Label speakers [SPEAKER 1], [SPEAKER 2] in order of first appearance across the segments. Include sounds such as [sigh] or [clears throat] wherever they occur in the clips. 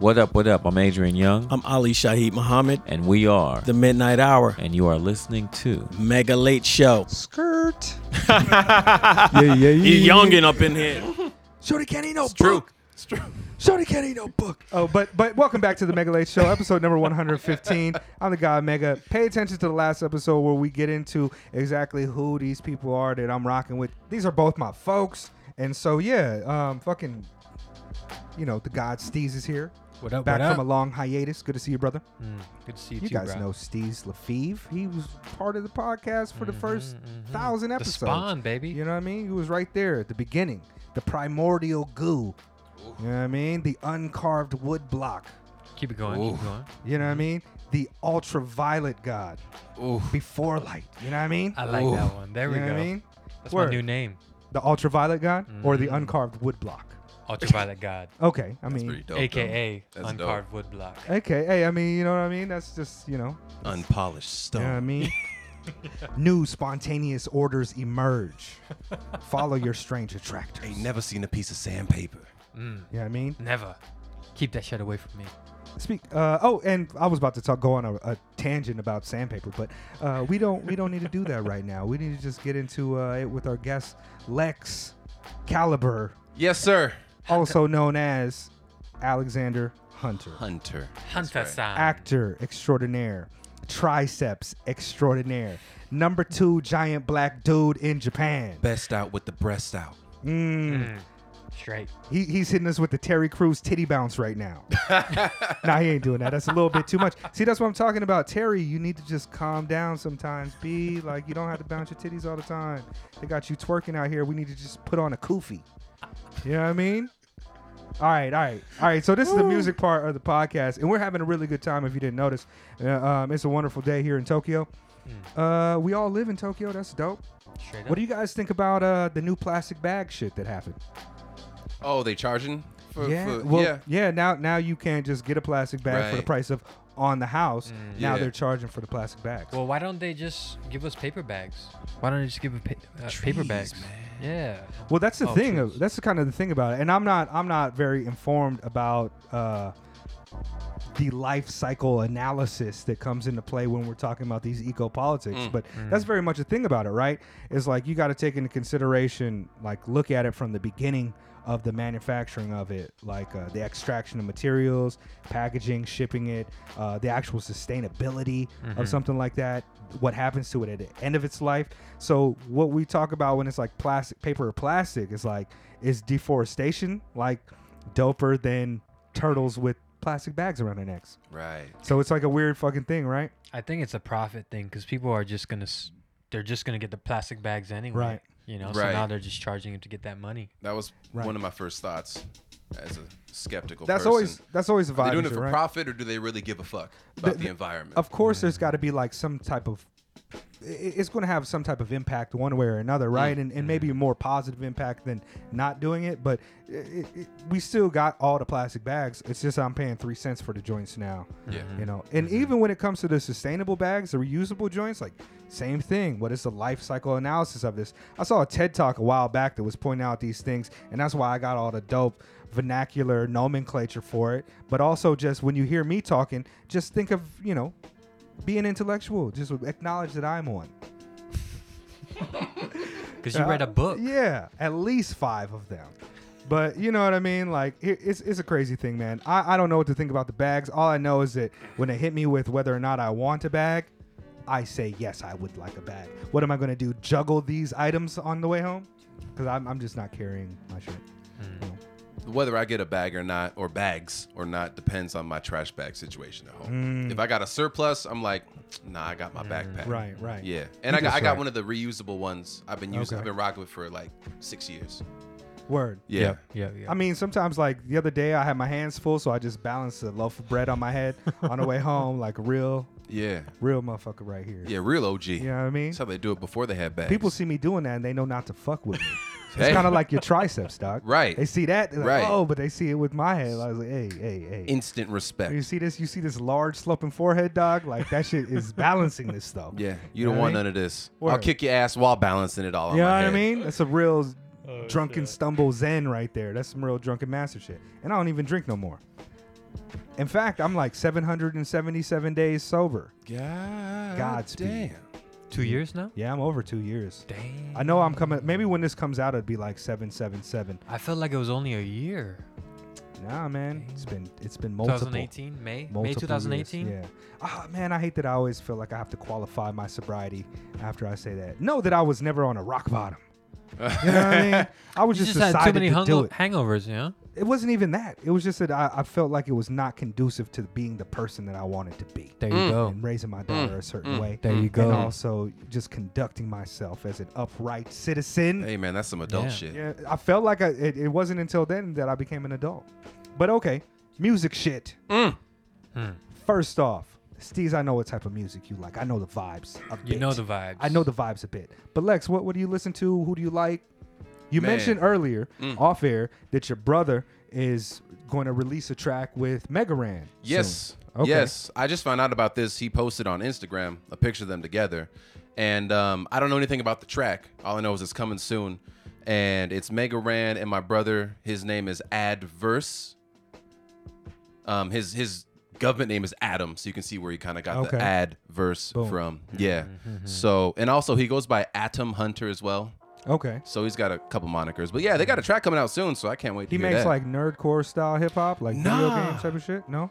[SPEAKER 1] What up, what up? I'm Adrian Young,
[SPEAKER 2] I'm Ali Shaheed Muhammad,
[SPEAKER 1] and we are,
[SPEAKER 2] The Midnight Hour,
[SPEAKER 1] and you are listening to
[SPEAKER 2] Mega Late Show.
[SPEAKER 1] Skirt.
[SPEAKER 3] [laughs] yeah, yeah, yeah.
[SPEAKER 2] You youngin' up in here.
[SPEAKER 3] Shorty can't eat no book.
[SPEAKER 2] True.
[SPEAKER 3] Shorty can't eat no book. Oh, but but welcome back to the Mega Late Show, episode number 115. I'm the guy Mega. Pay attention to the last episode where we get into exactly who these people are that I'm rocking with. These are both my folks, and so yeah, um, fucking, you know, the God Steez is here.
[SPEAKER 4] What up?
[SPEAKER 3] Back
[SPEAKER 4] what
[SPEAKER 3] from a
[SPEAKER 4] up?
[SPEAKER 3] long hiatus. Good to see you, brother.
[SPEAKER 4] Good to see you,
[SPEAKER 3] You
[SPEAKER 4] too,
[SPEAKER 3] guys
[SPEAKER 4] bro.
[SPEAKER 3] know Steez Lefevre. He was part of the podcast for the 1st thousand
[SPEAKER 4] Mm-hmm, the
[SPEAKER 3] episodes.
[SPEAKER 4] spawn, baby.
[SPEAKER 3] You know what I mean? He was right there at the beginning, the primordial goo. You know what I mean? The uncarved wood block.
[SPEAKER 4] Keep it going. Keep it going.
[SPEAKER 3] You know what I mean? The ultraviolet god. Before light. You know what I mean?
[SPEAKER 4] I like that one. There
[SPEAKER 3] you
[SPEAKER 4] we
[SPEAKER 3] know
[SPEAKER 4] go.
[SPEAKER 3] what I mean?
[SPEAKER 4] That's
[SPEAKER 3] Word.
[SPEAKER 4] my new Mm-hmm. name,
[SPEAKER 3] The ultraviolet god or the uncarved wood block.
[SPEAKER 4] Ultraviolet God,
[SPEAKER 3] Okay, I
[SPEAKER 5] Pretty
[SPEAKER 3] mean,
[SPEAKER 5] [laughs] dope.
[SPEAKER 4] aka
[SPEAKER 5] That's dope.
[SPEAKER 4] Uncarved Wood Block.
[SPEAKER 3] okay, hey, I mean, you know what I mean? That's just, you know,
[SPEAKER 5] though. Unpolished stone.
[SPEAKER 3] You know what I
[SPEAKER 5] [laughs]
[SPEAKER 3] mean? New spontaneous orders emerge. Follow your strange attractors.
[SPEAKER 5] Ain't never seen a piece of sandpaper. Mm.
[SPEAKER 3] You know what I mean?
[SPEAKER 4] Never. Keep that shit away from me.
[SPEAKER 3] Speak. Uh, oh, and I was about to talk, go on a, a tangent about sandpaper, but uh, we don't we don't need to do that right now. We need to just get into uh, it with our guest Lex Caliber,
[SPEAKER 5] Yes, sir.
[SPEAKER 3] also known as Alexander Hunter,
[SPEAKER 5] Hunter.
[SPEAKER 4] Hunter san.
[SPEAKER 3] actor extraordinaire, triceps extraordinaire, number two giant black dude in Japan.
[SPEAKER 5] Best out with the breast out.
[SPEAKER 3] Mm.
[SPEAKER 4] Straight.
[SPEAKER 3] He, he's hitting us with the Terry Crews titty bounce right now. nah, he ain't doing that. That's a little bit too much. See, that's what I'm talking about. Terry, you need to just calm down sometimes. Be like, you don't have to bounce your titties all the time. They got you twerking out here. We need to just put on a koofy. You know what I mean? All right, all right, all right. So this is the music part of the podcast, and we're having a really good time. If you didn't notice, uh, um, it's a wonderful day here in Tokyo. Uh, we all live in Tokyo. That's dope.
[SPEAKER 4] Straight up.
[SPEAKER 3] What do you guys think about uh, the new plastic bag shit that happened?
[SPEAKER 5] Oh, they charging? For,
[SPEAKER 3] yeah,
[SPEAKER 5] for-
[SPEAKER 3] well,
[SPEAKER 5] yeah.
[SPEAKER 3] Now, now you can't just get a plastic bag for the
[SPEAKER 5] Right. Mm.
[SPEAKER 3] price of on the house. now
[SPEAKER 5] Yeah.
[SPEAKER 3] they're charging for the plastic bags.
[SPEAKER 4] well, why don't they just give us paper bags? Why don't they just give us pa- uh, paper
[SPEAKER 5] Trees,
[SPEAKER 4] bags? Yeah.
[SPEAKER 3] Well, that's the
[SPEAKER 4] Oh,
[SPEAKER 3] thing.
[SPEAKER 4] trees.
[SPEAKER 3] Of, that's the kind of the thing about it. And I'm not. I'm not very informed about uh, the life cycle analysis that comes into play when we're talking about these eco politics. But that's very much a thing about it, right? Is like you got to take into consideration, like look at it from the beginning of the manufacturing of it, like uh, the extraction of materials, packaging, shipping it, uh, the actual sustainability of something like that, what happens to it at the end of its life. So what we talk about when it's like plastic, paper or plastic is like, is deforestation like doper than turtles with plastic bags around their necks?
[SPEAKER 5] Right.
[SPEAKER 3] So it's like a weird fucking thing, right?
[SPEAKER 4] I think it's a profit thing because people are just gonna, s- they're just gonna get the plastic bags anyway.
[SPEAKER 3] Right.
[SPEAKER 4] You know. So
[SPEAKER 5] Right.
[SPEAKER 4] now they're just charging them to get that money.
[SPEAKER 5] That was
[SPEAKER 3] Right.
[SPEAKER 5] one of my first thoughts as a skeptical
[SPEAKER 3] That's
[SPEAKER 5] person.
[SPEAKER 3] always that's always a vibe.
[SPEAKER 5] Are they doing it
[SPEAKER 3] issue,
[SPEAKER 5] for
[SPEAKER 3] right?
[SPEAKER 5] profit or do they really give a fuck about
[SPEAKER 3] The-
[SPEAKER 5] the,
[SPEAKER 3] the- uh,
[SPEAKER 5] environment?
[SPEAKER 3] Of course, there's got to be like some type of. i- It's going to have some type of impact one way or another, right? And, and maybe a more positive impact than not doing it. But i it, it, we still got all the plastic bags. It's just I'm paying three cents for the joints now.
[SPEAKER 5] Yeah.
[SPEAKER 3] You know, and even when it comes to the sustainable bags, the reusable joints, like same thing. What is the life cycle analysis of this? I saw a TED talk a while back that was pointing out these things, and that's why I got all the dope vernacular nomenclature for it. But also, just when you hear me talking, just think of you know, be an intellectual. Just acknowledge that I'm one.
[SPEAKER 4] Because you read a
[SPEAKER 3] Uh,
[SPEAKER 4] book.
[SPEAKER 3] Yeah, at least five of them. But you know what I mean? Like it, it's it's a crazy thing, man. I, I don't know what to think about the bags. All I know is that when they hit me with whether or not I want a bag, I say yes, I would like a bag. What am I gonna do? Juggle these items on the way home? Because I'm I'm just not carrying my shit.
[SPEAKER 4] Hmm.
[SPEAKER 5] Whether I get a bag or not, or bags or not, depends on my trash bag situation at home.
[SPEAKER 3] Mm.
[SPEAKER 5] If I got a surplus, I'm like, nah, I got my backpack.
[SPEAKER 3] Right, right.
[SPEAKER 5] Yeah, and I
[SPEAKER 3] just
[SPEAKER 5] got, I got
[SPEAKER 3] right.
[SPEAKER 5] one of the reusable ones. I've been using.
[SPEAKER 3] Okay.
[SPEAKER 5] I've been rocking with for like six years.
[SPEAKER 3] Word.
[SPEAKER 5] Yeah.
[SPEAKER 4] Yeah. Yeah.
[SPEAKER 3] I mean, sometimes like the other day, I had my hands full, so I just balanced a loaf of bread on my head on
[SPEAKER 4] [laughs]
[SPEAKER 3] the way home, like a real,
[SPEAKER 5] Yeah.
[SPEAKER 3] real motherfucker right here.
[SPEAKER 5] Yeah. Real OG.
[SPEAKER 3] You know what I mean?
[SPEAKER 5] That's how they do it before they had bags.
[SPEAKER 3] People see me doing that and they know not to fuck
[SPEAKER 5] [laughs]
[SPEAKER 3] with me. It's
[SPEAKER 5] Hey.
[SPEAKER 3] kind of like your triceps, doc.
[SPEAKER 5] Right.
[SPEAKER 3] They see that, they're like,
[SPEAKER 5] Right.
[SPEAKER 3] oh, but they see it with my head. I was like, hey, hey, hey.
[SPEAKER 5] instant respect.
[SPEAKER 3] you see this? You see this large sloping forehead, dog? Like that shit is balancing this stuff.
[SPEAKER 5] yeah. You
[SPEAKER 3] know what
[SPEAKER 5] don't
[SPEAKER 3] I
[SPEAKER 5] want
[SPEAKER 3] mean?
[SPEAKER 5] none of this. I'll
[SPEAKER 3] Word.
[SPEAKER 5] kick your ass while balancing it all. on
[SPEAKER 3] You know
[SPEAKER 5] my
[SPEAKER 3] what I
[SPEAKER 5] head.
[SPEAKER 3] mean? That's a real drunken stumble zen right there. That's some real drunken master shit. And I don't even drink no more. In fact, I'm like 777 days sober.
[SPEAKER 5] God
[SPEAKER 3] Godspeed.
[SPEAKER 5] damn.
[SPEAKER 4] Two years now.
[SPEAKER 3] Yeah, I'm over two years.
[SPEAKER 4] Dang.
[SPEAKER 3] I know I'm coming. Maybe when this comes out, it'd be like 777.
[SPEAKER 4] I felt like it was only a year.
[SPEAKER 3] Nah, man, it's been it's been multiple.
[SPEAKER 4] 2018 May. May
[SPEAKER 3] multiple
[SPEAKER 4] 2018.
[SPEAKER 3] years, Yeah. Ah, man, I hate that I always feel like I have to qualify my sobriety after I say that. No, that I was never on a rock bottom. You know what I
[SPEAKER 4] [laughs]
[SPEAKER 3] mean? I was
[SPEAKER 4] You
[SPEAKER 3] just,
[SPEAKER 4] just had too
[SPEAKER 3] decided
[SPEAKER 4] many
[SPEAKER 3] to do
[SPEAKER 4] hungo-
[SPEAKER 3] it.
[SPEAKER 4] hangovers, you know?
[SPEAKER 3] It wasn't even that. It was just that I, I felt like it was not conducive to being the person that I wanted to be.
[SPEAKER 4] There you go.
[SPEAKER 3] And raising my daughter a certain way.
[SPEAKER 4] Mm. There you go.
[SPEAKER 3] And also just conducting myself as an upright citizen.
[SPEAKER 5] Hey man, that's some adult
[SPEAKER 4] Yeah.
[SPEAKER 5] shit.
[SPEAKER 3] Yeah, I felt like I, it, it wasn't until then that I became an adult. But okay, music shit.
[SPEAKER 5] Mm.
[SPEAKER 4] Hmm.
[SPEAKER 3] First off, Steez, I know what type of music you like. I know the vibes. A
[SPEAKER 4] You know
[SPEAKER 3] bit.
[SPEAKER 4] the vibes.
[SPEAKER 3] I know the vibes a bit. But Lex, what, what do you listen to? Who do you like? You
[SPEAKER 5] Man. Mm.
[SPEAKER 3] mentioned earlier off air that your brother is going to release a track with Megaran.
[SPEAKER 5] Yes.
[SPEAKER 3] Okay.
[SPEAKER 5] Yes. I just found out about this. He posted on Instagram a picture of them together. And um, I don't know anything about the track. All I know is it's coming soon. And it's Mega Ran and my brother. His name is Adverse. Um, his his government name is Adam, so you can see where he kind of got
[SPEAKER 3] Okay.
[SPEAKER 5] the adverse
[SPEAKER 3] Boom. Mm-hmm.
[SPEAKER 5] from. Yeah. So and also he goes by Atom Hunter as well.
[SPEAKER 3] Soon. Okay.
[SPEAKER 5] So he's got a couple monikers. But yeah, they got a track coming out soon, so I can't wait to
[SPEAKER 3] He
[SPEAKER 5] hear
[SPEAKER 3] makes
[SPEAKER 5] that.
[SPEAKER 3] like nerdcore style hip hop, like video
[SPEAKER 5] Nah.
[SPEAKER 3] game type of shit. No?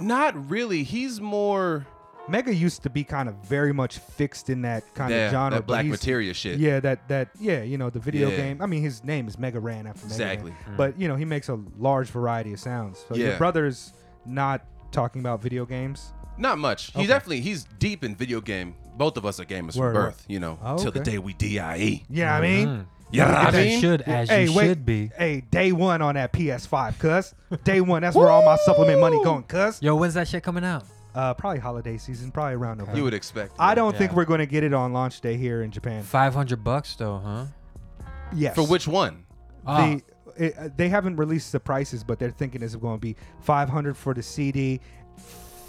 [SPEAKER 5] not really. He's more
[SPEAKER 3] Mega used to be kind of very much fixed in that kind
[SPEAKER 5] yeah,
[SPEAKER 3] of genre.
[SPEAKER 5] that
[SPEAKER 3] but
[SPEAKER 5] black
[SPEAKER 3] he's-
[SPEAKER 5] materia shit.
[SPEAKER 3] Yeah, that that yeah, you know the video
[SPEAKER 5] Yeah.
[SPEAKER 3] game. I mean, his name is Mega Ran after Mega
[SPEAKER 5] Exactly.
[SPEAKER 4] Mm.
[SPEAKER 3] Man, but you know he makes a large variety of sounds. So your
[SPEAKER 5] Yeah.
[SPEAKER 3] brother's not talking about video games.
[SPEAKER 5] Not much. He
[SPEAKER 3] Okay.
[SPEAKER 5] definitely he's deep in video game. Both of us are gamers
[SPEAKER 3] Word,
[SPEAKER 5] from birth, you know,
[SPEAKER 3] Oh,
[SPEAKER 5] till the
[SPEAKER 3] okay.
[SPEAKER 5] day we E. die.
[SPEAKER 3] You know what I
[SPEAKER 4] Mm.
[SPEAKER 3] mean?
[SPEAKER 5] Yeah, I
[SPEAKER 4] As you
[SPEAKER 5] mean,
[SPEAKER 4] Mm-hmm. should,
[SPEAKER 3] Yeah,
[SPEAKER 4] as
[SPEAKER 3] hey,
[SPEAKER 4] you
[SPEAKER 3] wait.
[SPEAKER 4] should be.
[SPEAKER 3] Hey, day one on that PS5,
[SPEAKER 4] [laughs]
[SPEAKER 3] cuz day one. That's where all my supplement money going, cuz
[SPEAKER 4] Yo, when's that shit coming out?
[SPEAKER 3] uh, probably holiday season, probably around November.
[SPEAKER 5] you would expect.
[SPEAKER 3] I
[SPEAKER 5] that.
[SPEAKER 3] don't think
[SPEAKER 4] Yeah.
[SPEAKER 3] we're gonna get it on launch day here in Japan.
[SPEAKER 4] Five hundred bucks though, huh?
[SPEAKER 3] Yes,
[SPEAKER 5] for which one?
[SPEAKER 4] Ah,
[SPEAKER 3] the it, uh, they haven't released the prices, but they're thinking it's going to be 500 for the CD,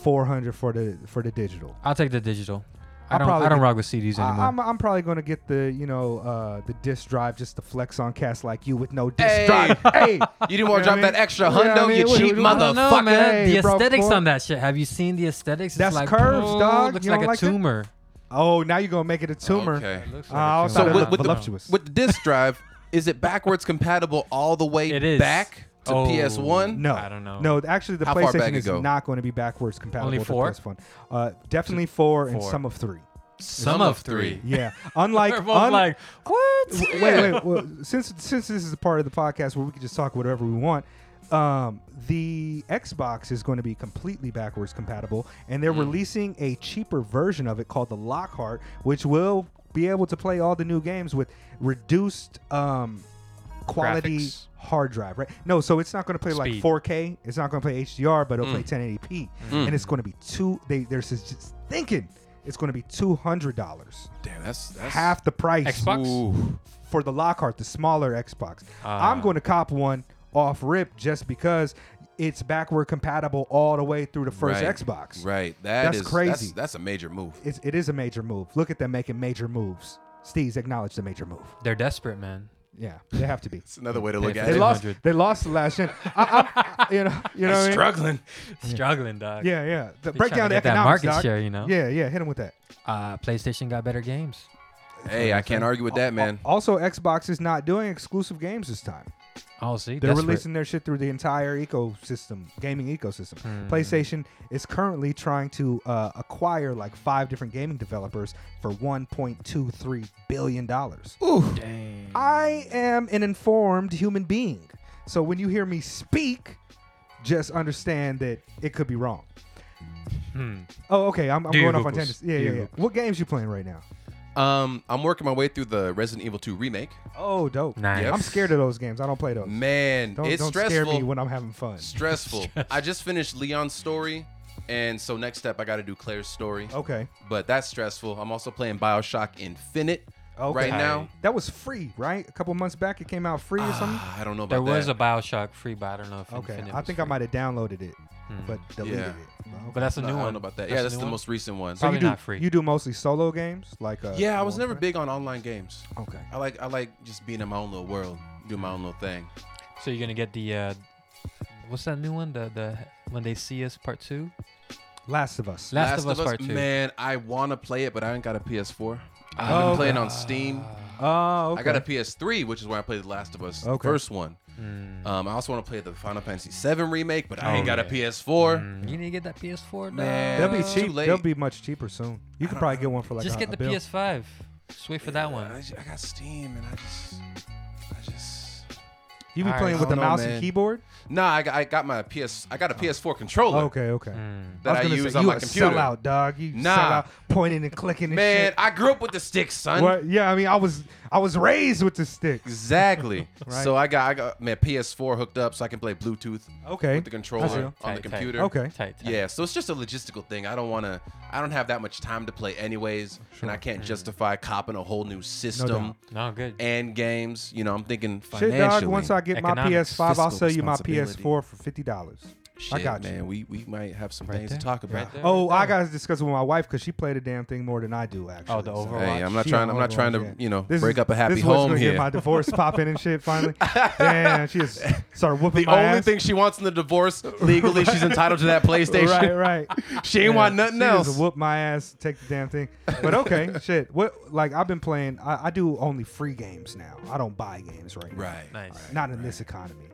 [SPEAKER 3] 400 for the for the digital.
[SPEAKER 4] I'll take the digital.
[SPEAKER 3] I'll
[SPEAKER 4] I don't.
[SPEAKER 3] probably
[SPEAKER 4] I don't
[SPEAKER 3] get-
[SPEAKER 4] rock with CDs anymore.
[SPEAKER 3] I, I'm, I'm probably going to get the you know uh, the disc drive just to flex on cats like you with no disc
[SPEAKER 5] Hey.
[SPEAKER 4] [laughs]
[SPEAKER 3] drive. hey, [laughs]
[SPEAKER 5] You didn't want to drop that extra hundo, you cheap
[SPEAKER 4] I don't know,
[SPEAKER 5] motherfucker.
[SPEAKER 4] man. the
[SPEAKER 3] Hey, bro,
[SPEAKER 4] aesthetics
[SPEAKER 3] boy.
[SPEAKER 4] on that shit. Have you seen the aesthetics? It's
[SPEAKER 3] That's
[SPEAKER 4] like,
[SPEAKER 3] curves,
[SPEAKER 4] oh,
[SPEAKER 3] dog.
[SPEAKER 4] Looks
[SPEAKER 3] You
[SPEAKER 4] like
[SPEAKER 3] don't
[SPEAKER 4] a
[SPEAKER 3] like that?
[SPEAKER 4] tumor.
[SPEAKER 3] Oh, now you're going to make it a tumor.
[SPEAKER 5] Okay.
[SPEAKER 4] Looks
[SPEAKER 3] Uh, I'll
[SPEAKER 4] like a
[SPEAKER 3] sell
[SPEAKER 4] tumor.
[SPEAKER 5] So
[SPEAKER 3] Sounded
[SPEAKER 5] with, with, the,
[SPEAKER 3] voluptuous.
[SPEAKER 5] with the disc drive, is it backwards compatible all the way
[SPEAKER 4] It is.
[SPEAKER 5] back to
[SPEAKER 4] Oh.
[SPEAKER 5] PS1?
[SPEAKER 3] No,
[SPEAKER 4] I don't know.
[SPEAKER 3] No, actually, the
[SPEAKER 5] How far
[SPEAKER 3] PlayStation
[SPEAKER 5] back
[SPEAKER 3] is
[SPEAKER 5] it go?
[SPEAKER 3] not going to be backwards compatible
[SPEAKER 4] Only
[SPEAKER 3] with
[SPEAKER 4] four?
[SPEAKER 3] the PS1. Uh, definitely four, and
[SPEAKER 4] Four.
[SPEAKER 3] some of three.
[SPEAKER 5] Some
[SPEAKER 4] [laughs]
[SPEAKER 5] of three.
[SPEAKER 3] Yeah, unlike
[SPEAKER 4] We're both
[SPEAKER 3] un-
[SPEAKER 4] like what?
[SPEAKER 3] wait, wait.
[SPEAKER 4] [laughs]
[SPEAKER 3] well, since since this is a part of the podcast where we can just talk whatever we want, um, the Xbox is going to be completely backwards compatible, and
[SPEAKER 4] Hmm.
[SPEAKER 3] they're releasing a cheaper version of it called the Lockhart, which will be able to play all the new games with reduced um, quality
[SPEAKER 4] Graphics.
[SPEAKER 3] hard drive. Right? No, so it's not going to play like
[SPEAKER 4] Speed. Hmm.
[SPEAKER 3] 4K. It's not going to play HDR, but it'll play 1080p, and it's going to be two. They they're just thinking it's going to be two hundred dollars,
[SPEAKER 5] Damn, that's that's
[SPEAKER 3] half the price
[SPEAKER 4] Xbox?
[SPEAKER 5] Ooh.
[SPEAKER 3] for the Lockhart, the smaller Xbox.
[SPEAKER 5] Ah.
[SPEAKER 3] I'm going to cop one off rip just because it's backward compatible all the way through the first
[SPEAKER 5] Right.
[SPEAKER 3] Xbox.
[SPEAKER 5] Right. That
[SPEAKER 3] That's
[SPEAKER 5] is-
[SPEAKER 3] crazy.
[SPEAKER 5] That's, that's a major move.
[SPEAKER 3] It's, it is a major move. Look at them making major moves. Steve's acknowledged the major move.
[SPEAKER 4] They're desperate, man.
[SPEAKER 3] Yeah, they have to
[SPEAKER 5] [laughs]
[SPEAKER 3] be.
[SPEAKER 5] It's another way to look
[SPEAKER 4] They
[SPEAKER 5] at
[SPEAKER 3] They
[SPEAKER 5] it.
[SPEAKER 3] lost.
[SPEAKER 4] 800.
[SPEAKER 3] They lost the last gen. I, I, you know. You know. what I mean?
[SPEAKER 5] struggling.
[SPEAKER 4] Struggling, dog.
[SPEAKER 3] Yeah, yeah. The breakdown
[SPEAKER 4] trying to
[SPEAKER 3] the
[SPEAKER 4] get that
[SPEAKER 3] economics.
[SPEAKER 4] market
[SPEAKER 3] doc.
[SPEAKER 4] share, you know?
[SPEAKER 3] Yeah, yeah. Hit him with that.
[SPEAKER 4] Uh, PlayStation got better games.
[SPEAKER 5] Hey, I can't argue with that, man.
[SPEAKER 3] Also, Xbox is not doing exclusive games this time.
[SPEAKER 4] Oh, see,
[SPEAKER 3] They're
[SPEAKER 4] desperate.
[SPEAKER 3] releasing their shit through the entire ecosystem, gaming ecosystem. PlayStation is currently trying to uh, acquire like five different gaming developers for 1.23 billion dollars.
[SPEAKER 4] Dang.
[SPEAKER 3] I am an informed human being, so when you hear me speak, just understand that it could be wrong. Oh, okay. I'm, I'm
[SPEAKER 4] Do your
[SPEAKER 3] going off on
[SPEAKER 4] Googles.
[SPEAKER 3] tangents. Yeah,
[SPEAKER 4] Do
[SPEAKER 3] yeah,
[SPEAKER 4] your
[SPEAKER 3] yeah. What games you playing right now?
[SPEAKER 5] Um, I'm working my way through the Resident Evil 2 remake.
[SPEAKER 3] Oh, dope.
[SPEAKER 4] Nice.
[SPEAKER 5] Yep.
[SPEAKER 3] I'm scared of those games. I don't play those.
[SPEAKER 5] Man,
[SPEAKER 3] Don't,
[SPEAKER 5] it's
[SPEAKER 3] don't
[SPEAKER 5] stressful.
[SPEAKER 3] scare me when I'm having fun.
[SPEAKER 5] [laughs] stressful. I just finished Leon's story, and so next step I got to do Claire's story.
[SPEAKER 3] Okay.
[SPEAKER 5] But that's stressful. I'm also playing Bioshock Infinite
[SPEAKER 3] Okay.
[SPEAKER 5] right now. Ah,
[SPEAKER 3] That was free, right? A couple months back, it came out free or something.
[SPEAKER 5] I don't know
[SPEAKER 4] There
[SPEAKER 5] about
[SPEAKER 4] was
[SPEAKER 5] that.
[SPEAKER 4] a Bioshock free, but I don't know if
[SPEAKER 3] Okay,
[SPEAKER 4] Infinite
[SPEAKER 3] I
[SPEAKER 4] was
[SPEAKER 3] think I
[SPEAKER 4] free. Hmm.
[SPEAKER 3] might have downloaded it, but deleted
[SPEAKER 5] Hmm. Yeah.
[SPEAKER 3] it. Okay.
[SPEAKER 4] But that's a
[SPEAKER 5] No,
[SPEAKER 4] new
[SPEAKER 5] I
[SPEAKER 4] one.
[SPEAKER 5] don't know about that. yeah,
[SPEAKER 4] a
[SPEAKER 5] that's
[SPEAKER 4] new
[SPEAKER 5] the
[SPEAKER 4] one?
[SPEAKER 5] most recent one.
[SPEAKER 3] so you
[SPEAKER 4] probably
[SPEAKER 3] do
[SPEAKER 4] not free.
[SPEAKER 3] you do mostly solo games like uh,
[SPEAKER 5] yeah, I was
[SPEAKER 3] Warcraft?
[SPEAKER 5] never big on online games.
[SPEAKER 3] Okay,
[SPEAKER 5] I like I like just being in my own little world, doing my own little thing.
[SPEAKER 4] So you're gonna get the uh, what's that new one? The the When They See Us Part 2.
[SPEAKER 3] Last of Us.
[SPEAKER 4] Last of Us Part 2.
[SPEAKER 5] Man, I want to play it, but I ain't got a PS4. I've been
[SPEAKER 3] Oh,
[SPEAKER 5] playing on Steam.
[SPEAKER 3] Oh, okay.
[SPEAKER 5] I got a PS3, which is where I played The Last of Us
[SPEAKER 3] Okay.
[SPEAKER 5] first one.
[SPEAKER 4] Hmm.
[SPEAKER 5] Um, I also want to play the Final Fantasy VII remake, but
[SPEAKER 4] Oh,
[SPEAKER 5] I ain't got a PS4.
[SPEAKER 4] You need to get that PS4,
[SPEAKER 5] Man,
[SPEAKER 3] They'll be
[SPEAKER 5] it's Hmm. too
[SPEAKER 3] cheap.
[SPEAKER 5] late.
[SPEAKER 3] They'll be much cheaper soon. You could probably get one for like
[SPEAKER 4] Just
[SPEAKER 3] a,
[SPEAKER 4] get
[SPEAKER 3] a
[SPEAKER 4] the
[SPEAKER 3] bill.
[SPEAKER 4] PS5. Just wait for that one.
[SPEAKER 5] I, ju- I got Steam, and I just, I just.
[SPEAKER 3] You be
[SPEAKER 4] All
[SPEAKER 3] playing
[SPEAKER 4] right.
[SPEAKER 3] with the
[SPEAKER 5] I don't know,
[SPEAKER 3] mouse
[SPEAKER 5] man.
[SPEAKER 3] and keyboard?
[SPEAKER 5] Nah, I got, I got my PS. I got a PS4 controller
[SPEAKER 3] Oh. okay, okay.
[SPEAKER 5] Hmm.
[SPEAKER 4] Hmm.
[SPEAKER 5] that I,
[SPEAKER 3] was gonna
[SPEAKER 5] use
[SPEAKER 3] say,
[SPEAKER 5] on
[SPEAKER 3] you
[SPEAKER 5] my
[SPEAKER 3] a
[SPEAKER 5] computer.
[SPEAKER 3] sellout, dog. You
[SPEAKER 5] Nah.
[SPEAKER 3] sell out, pointing and clicking and
[SPEAKER 5] Man,
[SPEAKER 3] shit.
[SPEAKER 5] I grew up with the stick, son.
[SPEAKER 3] What? Yeah, I mean, I was I was raised with the sticks.
[SPEAKER 5] Exactly.
[SPEAKER 3] [laughs] Right.
[SPEAKER 5] So I got I got my PS4 hooked up, so I can play Bluetooth
[SPEAKER 3] Okay.
[SPEAKER 5] with the controller
[SPEAKER 3] feel.
[SPEAKER 5] on the
[SPEAKER 4] Tight, tight.
[SPEAKER 5] computer.
[SPEAKER 3] Okay.
[SPEAKER 4] Tight, tight.
[SPEAKER 5] Yeah, so it's just a logistical thing. I don't want to. I don't have that much time to play, anyways, and I can't justify copping a whole new system
[SPEAKER 3] Mm-hmm. doubt.
[SPEAKER 4] No, good.
[SPEAKER 5] and games. You know, I'm thinking
[SPEAKER 3] Shit,
[SPEAKER 5] financially.
[SPEAKER 3] dog. Once I get my
[SPEAKER 4] Economics,
[SPEAKER 3] PS5, I'll
[SPEAKER 5] fiscal
[SPEAKER 3] sell you my
[SPEAKER 5] responsibility.
[SPEAKER 3] PS4 for fifty dollars. I
[SPEAKER 5] Shit,
[SPEAKER 3] got you.
[SPEAKER 5] man, we we might have some
[SPEAKER 4] Right
[SPEAKER 5] things
[SPEAKER 4] there,
[SPEAKER 5] to talk about.
[SPEAKER 4] right there.
[SPEAKER 3] Oh, I gotta discuss it with my wife because she played a damn thing more than I do. Actually.
[SPEAKER 4] Oh, the
[SPEAKER 3] so-
[SPEAKER 4] Overwatch.
[SPEAKER 5] Hey, I'm not
[SPEAKER 3] She
[SPEAKER 5] trying.
[SPEAKER 3] on
[SPEAKER 5] I'm not trying to,
[SPEAKER 3] Overwatch, yeah.
[SPEAKER 5] you know,
[SPEAKER 3] This is-
[SPEAKER 5] break up a happy
[SPEAKER 3] this is what's
[SPEAKER 5] home
[SPEAKER 3] gonna
[SPEAKER 5] here.
[SPEAKER 3] Get my divorce popping and shit. Finally,
[SPEAKER 5] [laughs]
[SPEAKER 3] damn, she just started whooping
[SPEAKER 5] the
[SPEAKER 3] my
[SPEAKER 5] only
[SPEAKER 3] ass.
[SPEAKER 5] thing she wants in
[SPEAKER 3] [laughs]
[SPEAKER 5] the divorce legally, she's entitled to that PlayStation. [laughs]
[SPEAKER 3] Right, right.
[SPEAKER 5] She ain't want nothing
[SPEAKER 3] she
[SPEAKER 5] else.
[SPEAKER 3] Just whoop my ass, take the damn thing. But
[SPEAKER 5] [laughs]
[SPEAKER 3] okay, shit. What? Like I've been playing. I, I do only free games now. I don't buy games right now.
[SPEAKER 5] Right.
[SPEAKER 4] Nice. Hmm.
[SPEAKER 3] Not in this economy.